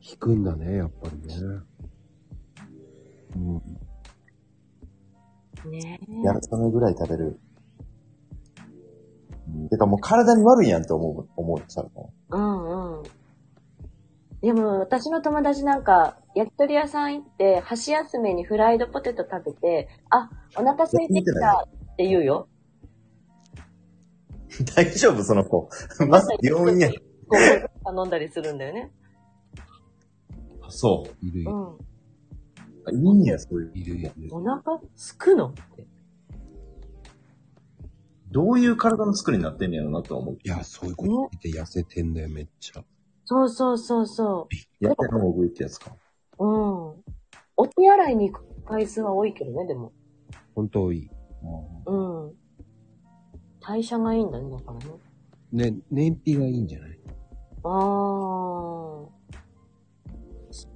Speaker 1: 引くんだね、やっぱりね。
Speaker 6: うん。
Speaker 2: ね
Speaker 6: やらさないぐらい食べる。うん、てかもう体に悪いやんって思う、思う、されたら。
Speaker 2: うんうん。でも、私の友達なんか、焼き鳥屋さん行って、箸休めにフライドポテト食べて、あ、お腹空いてきたって言うよ。
Speaker 6: 大丈夫その 子。まず病 院や。
Speaker 2: ご飯頼んだりするんだよね。
Speaker 6: そ
Speaker 1: いる
Speaker 2: う
Speaker 1: よ、
Speaker 2: ん。
Speaker 6: う。いいんや、そういう。
Speaker 1: いる、いる。
Speaker 2: お腹すくのって。
Speaker 6: どういう体の作りになってんねやろなとは思う。
Speaker 1: いや、そういうこと聞いて痩せてんだよ、めっちゃ。
Speaker 2: そうそうそうそ
Speaker 6: やってのも動いってやつか。
Speaker 2: う。うん。お手洗いに行く回数は多いけどね、でも。
Speaker 1: 本当いい。
Speaker 2: うん。代謝がいいんだね、だからね。
Speaker 1: ね、燃費がいいんじゃない
Speaker 2: あー。
Speaker 6: い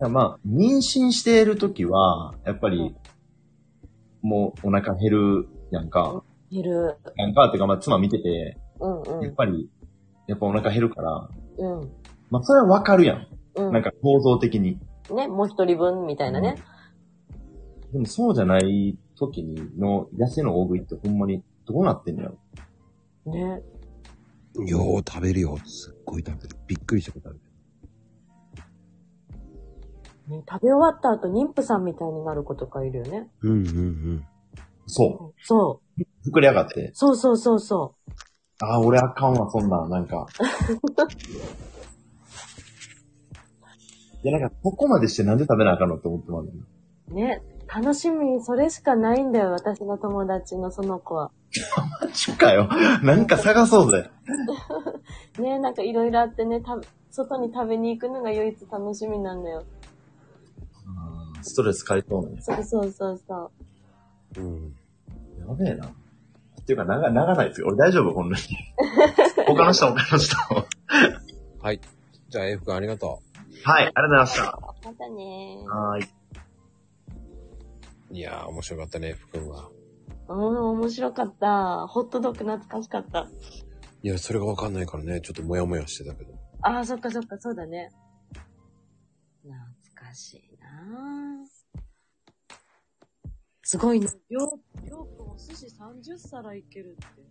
Speaker 6: やまあ、妊娠しているときは、やっぱり、もうお腹減るやんか、
Speaker 2: 減る。
Speaker 6: やんかっていうか、まあ妻見てて、
Speaker 2: うんう
Speaker 6: やっ
Speaker 2: ん。
Speaker 6: ぱり、やっぱお腹減るから、
Speaker 2: うん。
Speaker 6: まあそれはわかるやん。
Speaker 2: うん。
Speaker 6: なんか構造的に。
Speaker 2: ね、もう一人分みたいなね。
Speaker 6: でもそうじゃない時にの痩せの大食いってほんまにどうなってんのやろ
Speaker 2: ね。
Speaker 1: よう食べるよ。すっごい食べる。びっくりしたことある。
Speaker 2: ね食べ終わった後、妊婦さんみたいになる子とかいるよね。
Speaker 1: うんうんうん。
Speaker 6: そ。
Speaker 2: そう
Speaker 6: 膨れ上がって
Speaker 2: う。。そうそうそうそ
Speaker 6: ああ、俺あかんわ、そんなん、なんか。いや、なんか、ここまでしてなんで食べなあかんのって思ってもらうねんな。
Speaker 2: ね、楽しみ、それしかないんだよ、私の友達のその子は。
Speaker 6: マジかよ。なんか探そうぜ。
Speaker 2: ね、なんかいろいろあってね、た外に食べに行くのが唯一楽しみなんだよ。
Speaker 6: うんストレス解消ね。
Speaker 2: そうそうそうそう。
Speaker 1: うん。
Speaker 6: やべえな。っていうか、長、長ないですよ。俺大丈夫こんなに。他の人、他の人。はい、
Speaker 1: はい。じゃあ F 君ありがと
Speaker 6: ありがとうございました。
Speaker 2: またね
Speaker 6: はーい。
Speaker 1: う。いやー、面白かったね、F 君は。
Speaker 2: うん、面白かった。ホットドッグ懐かしかった。
Speaker 1: いや、それがわかんないからね、ちょっとモヤモヤしてたけど。
Speaker 2: ああ、そっかそっか、そうだね。懐かしいなぁすごいね。りょう、りょうくんお寿司30皿いけるって。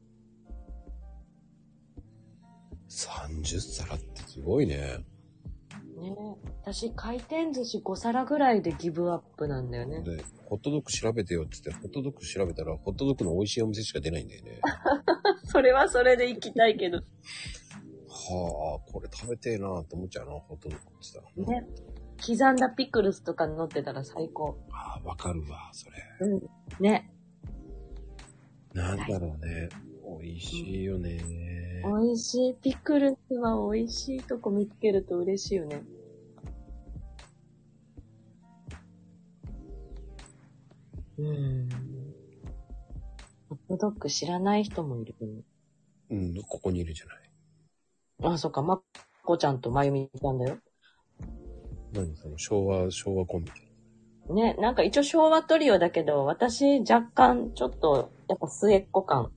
Speaker 1: 30皿ってすごいね。
Speaker 2: ねえ私、回転寿司5皿ぐらいでギブアップなんだよね。
Speaker 1: で、ホットドッグ調べてよって言って、ホットドッグ調べたら、ホットドッグの美味しいお店しか出ないんだよ ね。
Speaker 2: それはそれで行きたいけど。
Speaker 1: はあ、これ食べてえなって思っちゃうな、ホットドッグって言ったら。
Speaker 2: ね。刻んだピクルスとか乗ってたら最高。
Speaker 1: ああ、わかるわ、それ。
Speaker 2: うん。ね。
Speaker 1: なんだろうね。美味しいよね。
Speaker 2: 美味しい。ピクルスは美味しいとこ見つけると嬉しいよね。うん。ホットドッグ知らない人もいるよね。
Speaker 1: うん、ここにいるじゃない。
Speaker 2: あ、そっか。まっこちゃんとまゆみちゃんだよ。
Speaker 1: 何その昭和、昭和コンビ。
Speaker 2: ね、なんか一応昭和トリオだけど、私若干ちょっとやっぱ末っ子感。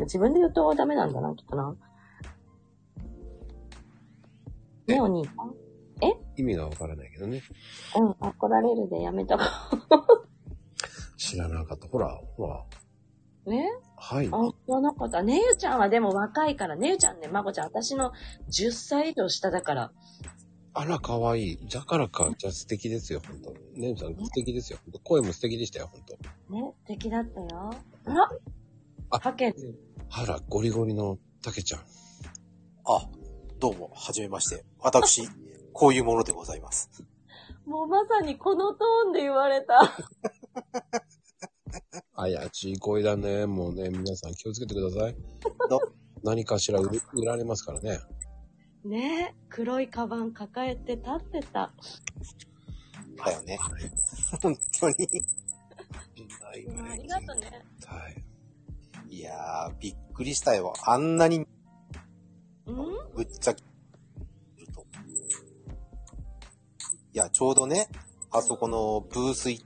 Speaker 2: 自分で言うとダメなんだな、きっとな。ね、お兄さん。
Speaker 1: 意味がわからないけどね。
Speaker 2: うん、あ、来られるでやめとこ
Speaker 1: 知らなかった。ほら、ほら。
Speaker 2: う。ね
Speaker 1: はい。
Speaker 2: あ、そのこと。ねゆちゃんはでも若いから、ねゆちゃんね、まこちゃん、私の10歳以上下だから。
Speaker 1: あら、かわいい。じゃからか。じゃあ素敵ですよ、本当ねえちゃん素敵ですよ。ほんと声も素敵でしたよ、本当
Speaker 2: ね、素敵だったよ。あら
Speaker 1: あ
Speaker 2: はけ
Speaker 1: あら、ゴリゴリのたけちゃん。
Speaker 7: あ、どうも、はじめまして。私、こういうものでございます。
Speaker 2: もうまさにこのトーンで言われた。
Speaker 1: 怪しい声だね。もうね、皆さん気をつけてください
Speaker 7: ど。
Speaker 1: 何かしら売れ売られますからね。
Speaker 2: ね黒いカバン抱えて立ってた。
Speaker 7: だよね。本当に。
Speaker 2: うんありがとうね。
Speaker 1: はい。
Speaker 7: いやー、びっくりしたよ。あんなに
Speaker 2: うん
Speaker 7: ぶっちゃけると。いや、ちょうどね、あそこのブース行っ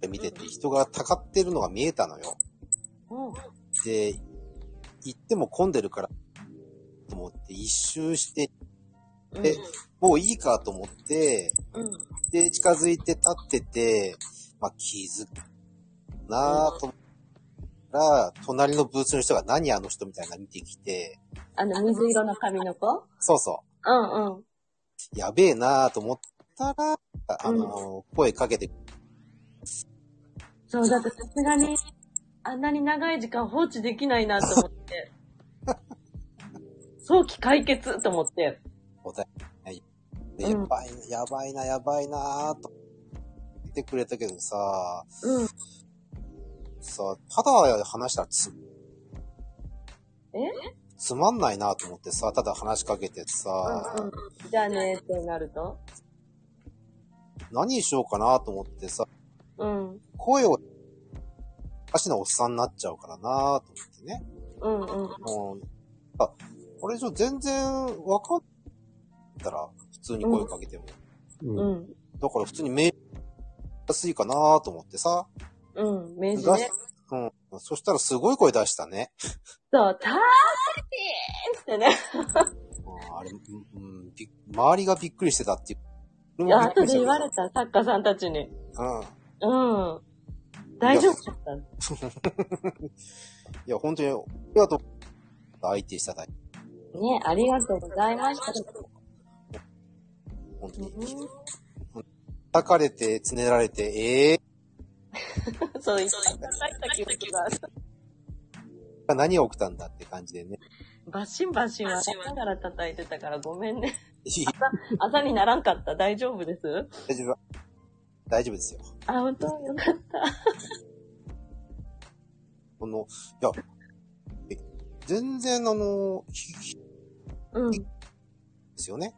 Speaker 7: て見てて、人がたかってるのが見えたのよ。
Speaker 2: うん。
Speaker 7: で、行っても混んでるから、と思って一周して、
Speaker 2: うん
Speaker 7: えもういいかと思って、
Speaker 2: うん。
Speaker 7: で、近づいて立ってて、まあ、気づくなぁと思ったら、隣のブースの人が何あの人みたいなの見てきて、
Speaker 2: あの、水色の髪の子
Speaker 7: そうそ
Speaker 2: うんうん。
Speaker 7: う、やべえなぁと思ったら、あの、声かけて、
Speaker 2: そう、だってさすがに、あんなに長い時間放置できないなと思 って。早期解決と思って。うん
Speaker 7: やばいな、やばいな、やばいなぁと、言ってくれたけどさ、
Speaker 2: うん。
Speaker 7: さ、ただ話したらつ、
Speaker 2: え
Speaker 7: つまんないなぁと思ってさ、ただ話しかけてさ、
Speaker 2: じゃあねってなると。
Speaker 7: 何しようかなと思ってさ、
Speaker 2: うん。うん
Speaker 7: 声を、おかしなおっさんになっちゃうからなぁと思ってね。
Speaker 2: うん。
Speaker 7: もう、あ、これ以上全然わかったら、普通に声かけても。
Speaker 1: う。
Speaker 2: うんん。
Speaker 7: だから普通にメールやすいかなぁと思ってさ。
Speaker 2: うん。名
Speaker 7: 出
Speaker 2: 刺ね
Speaker 7: し。うん。そしたらすごい声出したね。
Speaker 2: そう、たーしーってね。
Speaker 7: うんあれ、うん、うんび周りがびっくりしてたっていう。
Speaker 2: い
Speaker 7: 俺
Speaker 2: や、
Speaker 7: もびっく
Speaker 2: 後
Speaker 7: りし
Speaker 2: で
Speaker 7: たけ
Speaker 2: 言
Speaker 7: ど
Speaker 2: われた、作家さんたちに。
Speaker 7: うん。
Speaker 2: うん。大丈夫だった。
Speaker 7: いや、本当に、ありがとう。相手しただけ。
Speaker 2: ね、ありがとうございました。
Speaker 7: 本当に。
Speaker 2: う
Speaker 7: 叩かれて、つねられて、ええ
Speaker 2: んそう、いっぱい叩いた記憶がある。
Speaker 7: 何を送ったんだって感じでね。
Speaker 2: バッシンバッシン笑いながら叩いてたからごめんね。
Speaker 7: いい
Speaker 2: あざにならんかった。大丈夫です
Speaker 7: 大丈夫。大丈夫ですよ。
Speaker 2: あ、本当よかった。
Speaker 7: この、いや、え全然あの、ひひ
Speaker 2: うん。
Speaker 7: ですよね。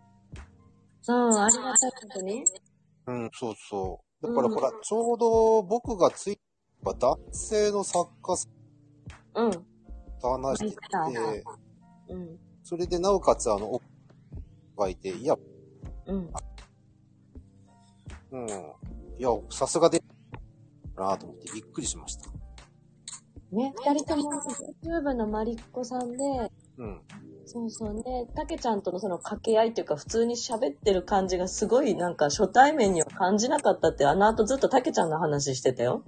Speaker 2: そう、ありがたいことに。
Speaker 7: うん、そうそう。だから
Speaker 2: うん
Speaker 7: ほら、ちょうど僕がついた男性の作家さん
Speaker 2: うん。
Speaker 7: と話して
Speaker 2: 入った
Speaker 7: て、
Speaker 2: うん。
Speaker 7: それでなおかつあの、おがいて、いや、
Speaker 2: うん。
Speaker 7: うん。いや、さすがで、なぁと思ってびっくりしました。
Speaker 2: ね、二人とも YouTube のマリッコさんで、
Speaker 7: うん。
Speaker 2: そうそうね。たけちゃんとのその掛け合いっていうか、普通に喋ってる感じがすごいなんか初対面には感じなかったって、あの後ずっとたけちゃんの話してたよ。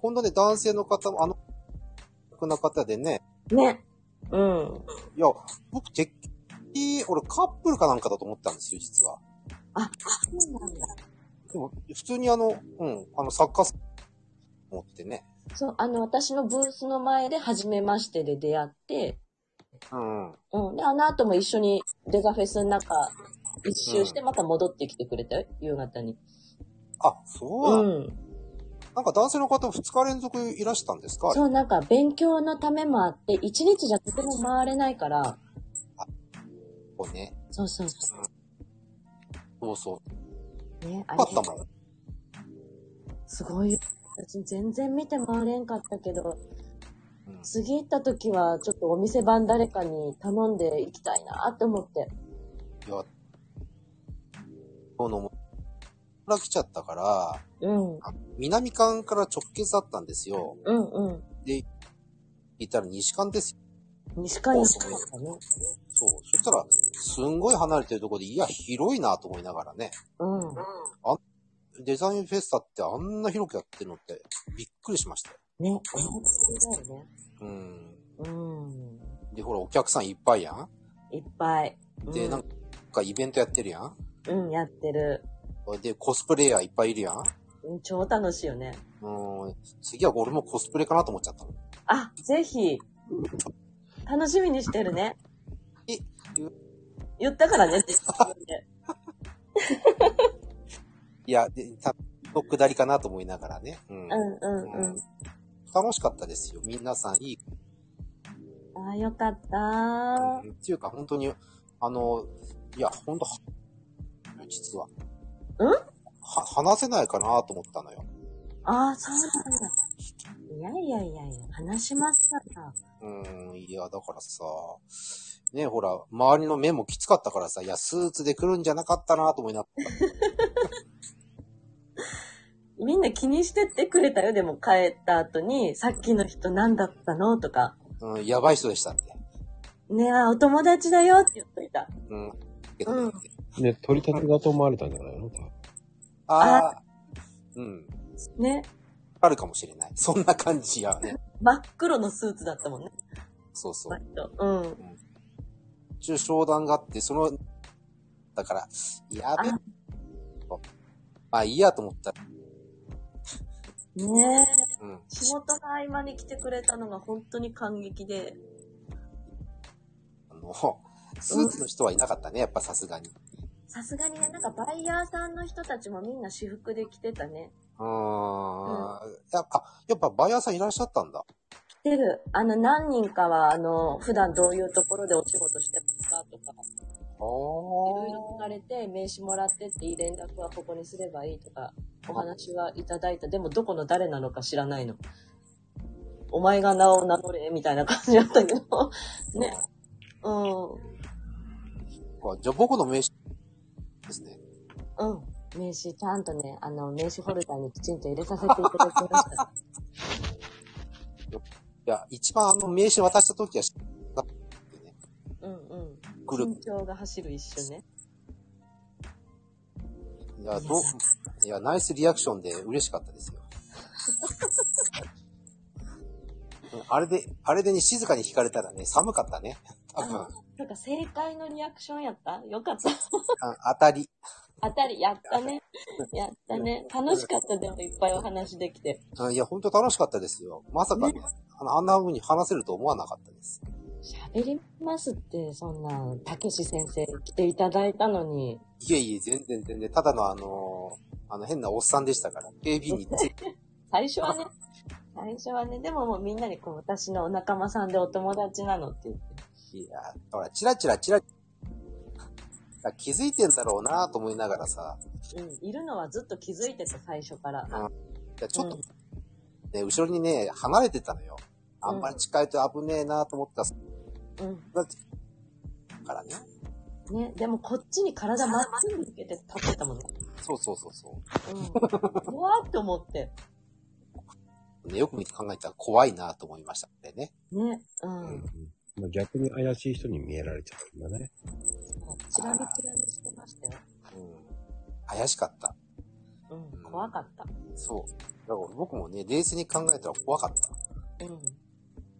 Speaker 7: 今度ね、男性の方も、あの、僕の方でね、
Speaker 2: ね。うん。
Speaker 7: いや、僕、てっきり、俺カップルかなんかだと思ったんですよ、実は。
Speaker 2: あ、そうなんだ。
Speaker 7: でも、普通にあの、うん、あの、作家さん、思ってね。
Speaker 2: そう、あの、私のブースの前で初めましてで出会って、
Speaker 7: うん。
Speaker 2: うん。で、あの後も一緒にデザフェスの中、一周してまた戻ってきてくれたよ、夕方に。
Speaker 7: あ、そ
Speaker 2: う
Speaker 7: うなん、
Speaker 2: ん。
Speaker 7: なんか男性の方2日連続いらしたんですかあれ
Speaker 2: そう、なんか勉強のためもあって、一日じゃとても回れないから、
Speaker 7: こうね。
Speaker 2: そうそうそ
Speaker 7: そうそう。
Speaker 2: う。ね、あ
Speaker 7: よ
Speaker 2: り
Speaker 7: か
Speaker 2: が
Speaker 7: ったもん。
Speaker 2: すごいよ。私全然見て回れんかったけど、
Speaker 7: うん
Speaker 2: 次行った時はちょっとお店番誰かに頼んで行きたいなって思って。
Speaker 7: いや、この、から来ちゃったから、
Speaker 2: うん。うん
Speaker 7: 南館から直結だったんですよ。
Speaker 2: うん。
Speaker 7: で、行ったら西館ですよ。
Speaker 2: 西海岸だったね。
Speaker 7: そう。そしたら、すんごい離れてるところで、いや、広いなと思いながらね。
Speaker 2: うん。
Speaker 7: デザインフェスタってあんな広くやってるのって、びっくりしましたよ。
Speaker 2: ね、お祭りだよね。
Speaker 7: うん。
Speaker 2: うん。
Speaker 7: で、ほら、お客さんいっぱいやん。
Speaker 2: いっぱい。う
Speaker 7: で、
Speaker 2: ん
Speaker 7: なんかイベントやってるやん。
Speaker 2: うん、やってる。
Speaker 7: で、コスプレイヤーいっぱいいるやん。
Speaker 2: うん超楽しいよね。
Speaker 7: うん。次は俺もコスプレかなと思っちゃったの。
Speaker 2: あ、ぜひ。楽しみにしてるね。
Speaker 7: え
Speaker 2: 言ったから ね。
Speaker 7: いや、で、た、の下りかなと思いながらね。うん。
Speaker 2: うんうんうん。
Speaker 7: 楽しかったですよ。皆さんいい。
Speaker 2: あーよかった
Speaker 7: う
Speaker 2: ー。
Speaker 7: んっていうか、本当に、あの、いや、本当実は。んは、話せないかなと思ったのよ。
Speaker 2: ああ、そうなんだ。いやいやいやいや、話しますから。
Speaker 7: うん、いや、だからさ、ねほら、周りの目もきつかったからさ、いや、スーツで来るんじゃなかったなと思いながら。
Speaker 2: みんな気にしてってくれたよ。でも帰った後に、さっきの人何だったのとか。
Speaker 7: うん、やばい人でしたって。
Speaker 2: ねえ、あお友達だよって言っといた。
Speaker 7: うん。けどね
Speaker 2: うん
Speaker 1: ね、取り立てだと思われたんじゃないの多分
Speaker 7: ああ、うん。
Speaker 2: ね。
Speaker 7: あるかもしれない。そんな感じやね。
Speaker 2: 真っ黒のスーツだったもんね。
Speaker 7: そうそう。
Speaker 2: 割と。うん。
Speaker 7: 中商談があって、その、だから、やべ
Speaker 2: あ、
Speaker 7: まあいいやと思ったら、
Speaker 2: ねえ。
Speaker 7: うん。
Speaker 2: 仕事の合間に来てくれたのが本当に感激で。
Speaker 7: あの、スーツの人はいなかったね、やっぱさすがに。
Speaker 2: さすがにね、なんかバイヤーさんの人たちもみんな私服で来てたね。
Speaker 7: うーん。やっぱ、やっぱバイヤーさんいらっしゃったんだ。
Speaker 2: 来てる。あの、何人かは、あの、普段どういうところでお仕事してますかとか。い
Speaker 7: あ
Speaker 2: ろいろ聞
Speaker 7: ー
Speaker 2: かれて、名刺もらってっていい連絡はここにすればいいとか、お話はいただいた。でもどこの誰なのか知らないの。お前が名を名乗れ、みたいな感じだったけど。ね。う
Speaker 7: そっかじゃあ僕の名刺ですね。
Speaker 2: ん。うん。名刺、ちゃんとね、あの、名刺フォルダにきちんと入れさせていただきました。
Speaker 7: いや、一番あの名刺渡した時は、ね、
Speaker 2: うんうん。
Speaker 7: グルー
Speaker 2: 緊張が走る一瞬ね。
Speaker 7: プ。いや、どう、いや、ナイスリアクションで嬉しかったですよ。 うんあれで、あれでね、静かに惹かれたらね、寒かったね。多分、
Speaker 2: なんか正解のリアクションやったよかった。
Speaker 7: あ当たり。
Speaker 2: 当たり、やったね。やったね。楽しかった、でもいっぱいお話できて。
Speaker 7: あいや、本当楽しかったですよ。まさか、
Speaker 2: ね
Speaker 7: あのあんな風に話せると思わなかったです。
Speaker 2: 喋りますって、そんな、たけし先生来ていただいたのに。
Speaker 7: いえいえ、全然全然、ただのあのーあの変なおっさんでしたから、警備員について、
Speaker 2: 最初はね、最初はね、でももうみんなにこう、私のお仲間さんでお友達なのって言って。
Speaker 7: いや、ほら、チラチラチラ、気づいてんだろうなと思いながらさ、
Speaker 2: うん、いるのはずっと気づいてた、最初から。
Speaker 7: いやちょっと、
Speaker 2: う
Speaker 7: ね、後ろにね、離れてたのよ。あんまり近いと危ねえなと思ったら
Speaker 2: うん。
Speaker 7: だってからね。
Speaker 2: ね、でもこっちに体まっすぐ向けて立ってたもの。
Speaker 7: そうそうそうそ
Speaker 2: うん。うわーって思って。
Speaker 7: う。ね、よく見て考えたら怖いなと思いましたんでね。
Speaker 2: ね、うん。
Speaker 1: まあ逆に怪しい人に見えられちゃうんだね。
Speaker 2: チラリチラリしてましたよ。
Speaker 7: うん。怪しかった。
Speaker 2: うん、怖かった。
Speaker 7: そう。だから僕もね、冷静に考えたら怖かった。
Speaker 2: うん。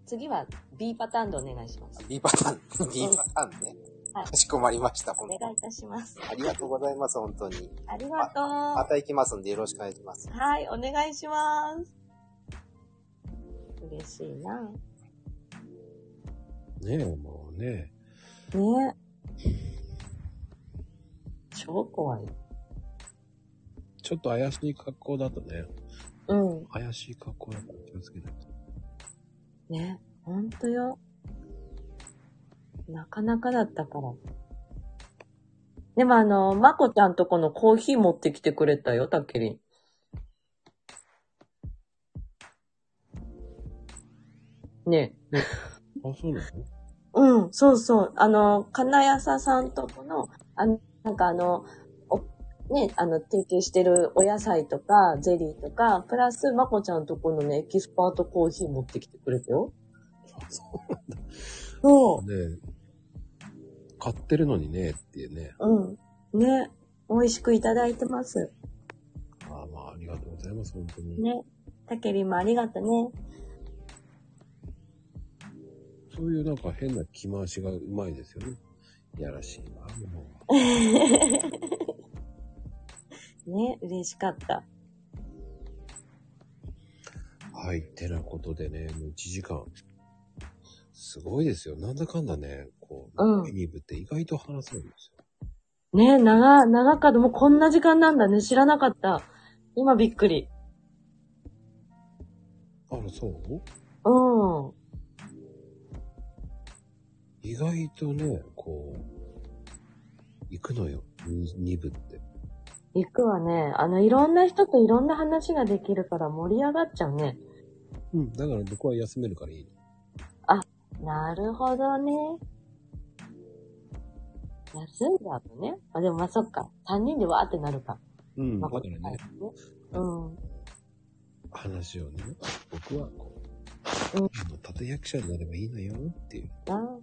Speaker 2: 次は B パターンでお願いします。
Speaker 7: B パターン、B パターンね。
Speaker 2: はい
Speaker 7: かしこまりました、本
Speaker 2: お
Speaker 7: 当
Speaker 2: 願い
Speaker 7: に
Speaker 2: い。たします。
Speaker 7: ありがとうございます、本当に。
Speaker 2: ありがとう。
Speaker 7: また行きますんで、よろしくお願いします。
Speaker 2: はい、お願いします。嬉しいな。ね
Speaker 1: ねえ、もうね。
Speaker 2: 超怖い。
Speaker 1: ちょっと怪しい格好だとね。
Speaker 2: うん。
Speaker 1: 怪しい格好だから気をつけないと。
Speaker 2: ね、ほんとよ。なかなかだったから。でもあの、まこちゃんとこのコーヒー持ってきてくれたよ、たけりん。ねえ。
Speaker 1: あ、そうなの
Speaker 2: うん、そうそう。あの、金谷さんとこの、あの、なんかあの、おね、あの、提携してるお野菜とか、ゼリーとか、プラス、まこちゃんとこのね、エキスパートコーヒー持ってきてくれたよ。そう
Speaker 1: ね買ってるのにねっていうね。
Speaker 2: そう。うん。ね、美味しくいただいてます。
Speaker 1: ああ、まあ、ありがとうございます、本当に。
Speaker 2: ね。たけりんもありがと ね。
Speaker 1: そういうなんか変な気回しがうまいですよね。いやらしいな、も
Speaker 2: ね、嬉しかった。
Speaker 1: う。はい。てなことでね、もう1時間。すごいですよ。なんだかんだね、こ
Speaker 2: う
Speaker 1: う、
Speaker 2: ん
Speaker 1: ユニブって意外と話せるんですよ。
Speaker 2: ね、長、長かった。もうこんな時間なんだね。知らなかった。今びっくり。
Speaker 1: あら、そう
Speaker 2: うん。
Speaker 1: 意外とね、こう、行くのよ。に二部って。
Speaker 2: 行くわね。あの、いろんな人といろんな話ができるから盛り上がっちゃうね。
Speaker 1: うん。だから僕は休めるからいいの。
Speaker 2: なるほどね。休んじゃうのね。あ、でもまあ、そっか。3人でわーってなるか。
Speaker 1: うん。だ
Speaker 2: ま
Speaker 1: か
Speaker 2: こ
Speaker 1: ら
Speaker 2: ちゃん
Speaker 1: ね、
Speaker 2: うん。
Speaker 1: 話をね、僕はこう、
Speaker 2: うん
Speaker 1: あの、立役者になればいいのよっていう。
Speaker 2: あ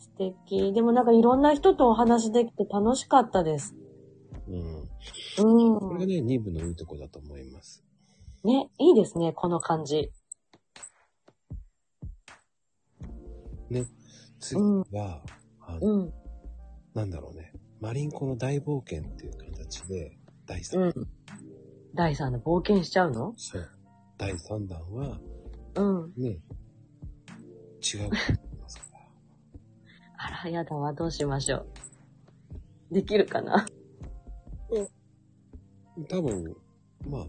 Speaker 2: 素敵。でもなんかいろんな人とお話できて楽しかったです。
Speaker 1: うん。こ
Speaker 2: う
Speaker 1: れが
Speaker 2: ん。
Speaker 1: ね、二部のいいとこだと思います。
Speaker 2: ね、いいですね、この感じ。
Speaker 1: 次は、あの、
Speaker 2: うん。
Speaker 1: なんだろうね。マリンコの大冒険っていう形で、第3
Speaker 2: う
Speaker 1: 弾。
Speaker 2: ん。第3の冒険しちゃうの
Speaker 1: そう。第3弾は、
Speaker 2: うん。
Speaker 1: ね、違うことになりますから。
Speaker 2: あら、やだわ、どうしましょう。できるかな
Speaker 1: 多分、まあ、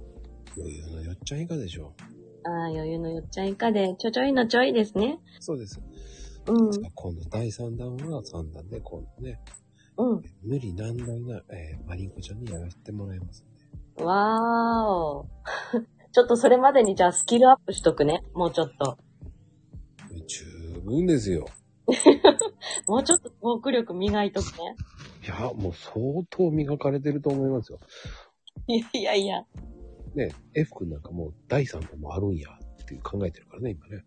Speaker 1: 余裕のよっちゃん以下でしょう。
Speaker 2: ああ、余裕のよっちゃん以下で、ちょちょいのちょいですね。
Speaker 1: そうです。
Speaker 2: うん。
Speaker 1: 今度第3弾は3弾で、今度ね、
Speaker 2: うん。
Speaker 1: 無理難題な、えーマリンコちゃんにやらせてもらいますんで。
Speaker 2: わーお。 ちょっとそれまでにじゃあスキルアップしとくね。もうちょっと。
Speaker 1: 十分ですよ。
Speaker 2: もうちょっとトーク力磨いとくね。
Speaker 1: いや、もう相当磨かれてると思いますよ。
Speaker 2: いやいやいや。
Speaker 1: ね、F 君なんかもう第3弾もあるんやっていう考えてるからね、今ね。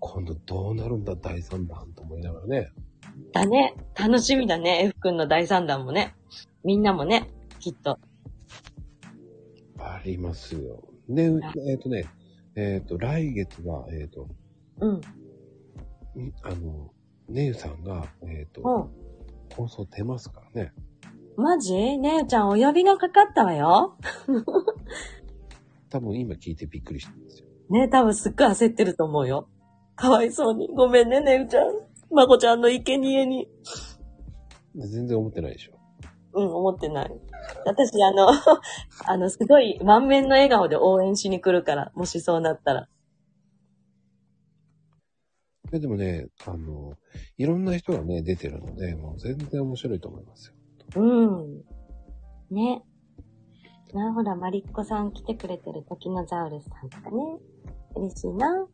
Speaker 1: 今度どうなるんだ、第3弾と思いながらね。
Speaker 2: だね。楽しみだね。F 君の第3弾もね。みんなもね。きっと。
Speaker 1: ありますよ。で、うえっ、とね、えっ、と、来月は、えっ、と、
Speaker 2: うん。
Speaker 1: んあの、ねゆさんが、えっ、と、
Speaker 2: う
Speaker 1: 放送出ますからね。
Speaker 2: ん。マジねえちゃんお呼びがかかったわよ。
Speaker 1: 多分今聞いてびっくりしたんですよ。
Speaker 2: ねえ、多分すっごい焦ってると思うよ。かわいそうに。ごめんね、ねうちゃん。まこちゃんの生贄に。
Speaker 1: で全然思ってないでしょ。
Speaker 2: うん、思ってない。私、あの、 あの、すごい満面の笑顔で応援しに来るから、もしそうなったら。
Speaker 1: いやでもね、あの、いろんな人がね、出てるので、もう全然面白いと思いますよ。
Speaker 2: うん。ね。なあほら、マリッコさん来てくれてる時のザウルスさんとかね。嬉しいな。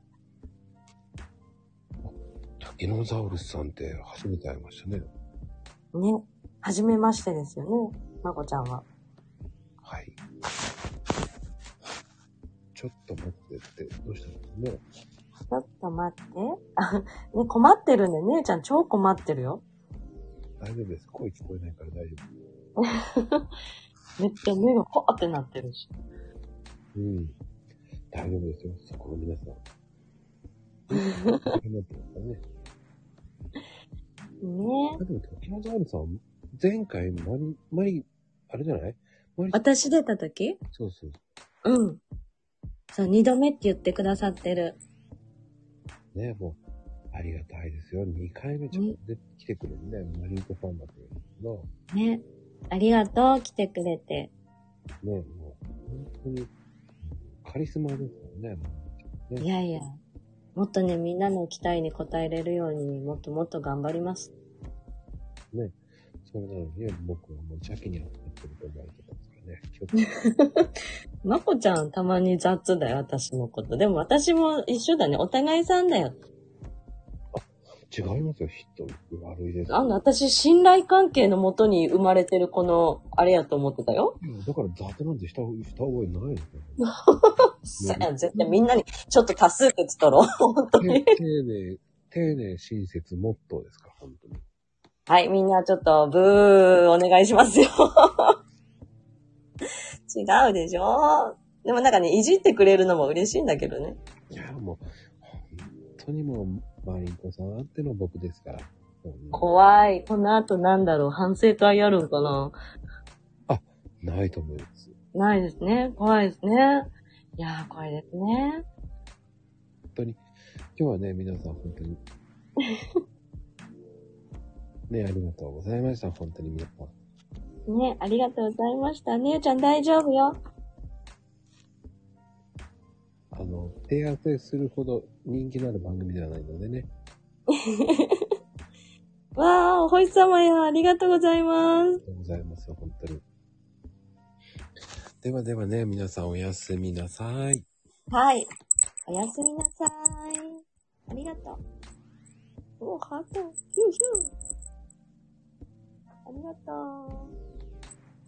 Speaker 1: タキノザウルスさんって初めて会いましたね。
Speaker 2: ね。はじめましてですよね。まこちゃんは。
Speaker 1: はい。ちょっと待ってって、どうしたんですかね。
Speaker 2: ちょっと待って。あね、困ってるね。姉ちゃん超困ってるよ。
Speaker 1: 大丈夫です。声聞こえないから大丈
Speaker 2: めっちゃ目がポーってなってるし。
Speaker 1: 夫。うん。大丈夫ですよ。そこの皆さん。大変だと思うからね。
Speaker 2: ね
Speaker 1: あでも、タキノザウルスさん、前回、マリ、マリ、あれじゃないマリ、
Speaker 2: 私出た時
Speaker 1: そうそう。
Speaker 2: うん。そう、二度目って言ってくださってる。
Speaker 1: ね、もう、ありがたいですよ。2回目ちゃんと出て来てくれるね。マリンコファンだって言うんですけど、
Speaker 2: ね。ありがとう、来てくれて。
Speaker 1: ね、もう、本当に、カリスマですからね。
Speaker 2: いやいや。もっとね、みんなの期待に応えれるように、もっともっと頑張ります。
Speaker 1: それなのに、僕はもう邪気に当たってると思われてたんですからね。気をつけて
Speaker 2: まこちゃん、たまに雑だよ、私のこと。でも私も一緒だね。お互いさんだよ。
Speaker 1: 違いますよ、人、悪いです。
Speaker 2: あの、私、信頼関係のもとに生まれてるこの、あれやと思ってたよ。
Speaker 1: だから雑なんてした方した覚えないですよ。
Speaker 2: さあ絶対みんなに、ちょっと多数決取ろう。本当に。
Speaker 1: 丁寧、丁寧、親切、モットーですから、本当に。
Speaker 2: はい、みんなちょっと、ブー、お願いしますよ。 違うでしょでもなんかね、いじってくれるのも嬉しいんだけどね。
Speaker 1: いや、もう、本当にもう、マリンコさんあっての僕ですから。
Speaker 2: 怖い。この後なんだろう、反省会やるのかな
Speaker 1: ないと思います。
Speaker 2: ないですね。怖いですね。いやー、怖いですね。
Speaker 1: 本当に、今日はね、皆さん本当に。ね、ありがとうございました、本当に皆さん。
Speaker 2: ね、ありがとうございました。ねゆちゃん大丈夫よ。
Speaker 1: あの、手当てするほど人気のある番組ではないのでね。
Speaker 2: わー、お星様や、ありがとうございます
Speaker 1: ありが。とうございますよ、本当に。ではではね、皆さんおやすみなさい。
Speaker 2: はい。おやすみなさい。ありがとう。お、ハート。ヒューヒュー。ありがと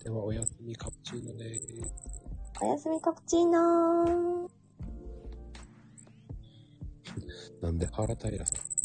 Speaker 1: ではおやすみカプチーノです。
Speaker 2: う。おやすみカプチーノー。
Speaker 1: なんで、原平さん。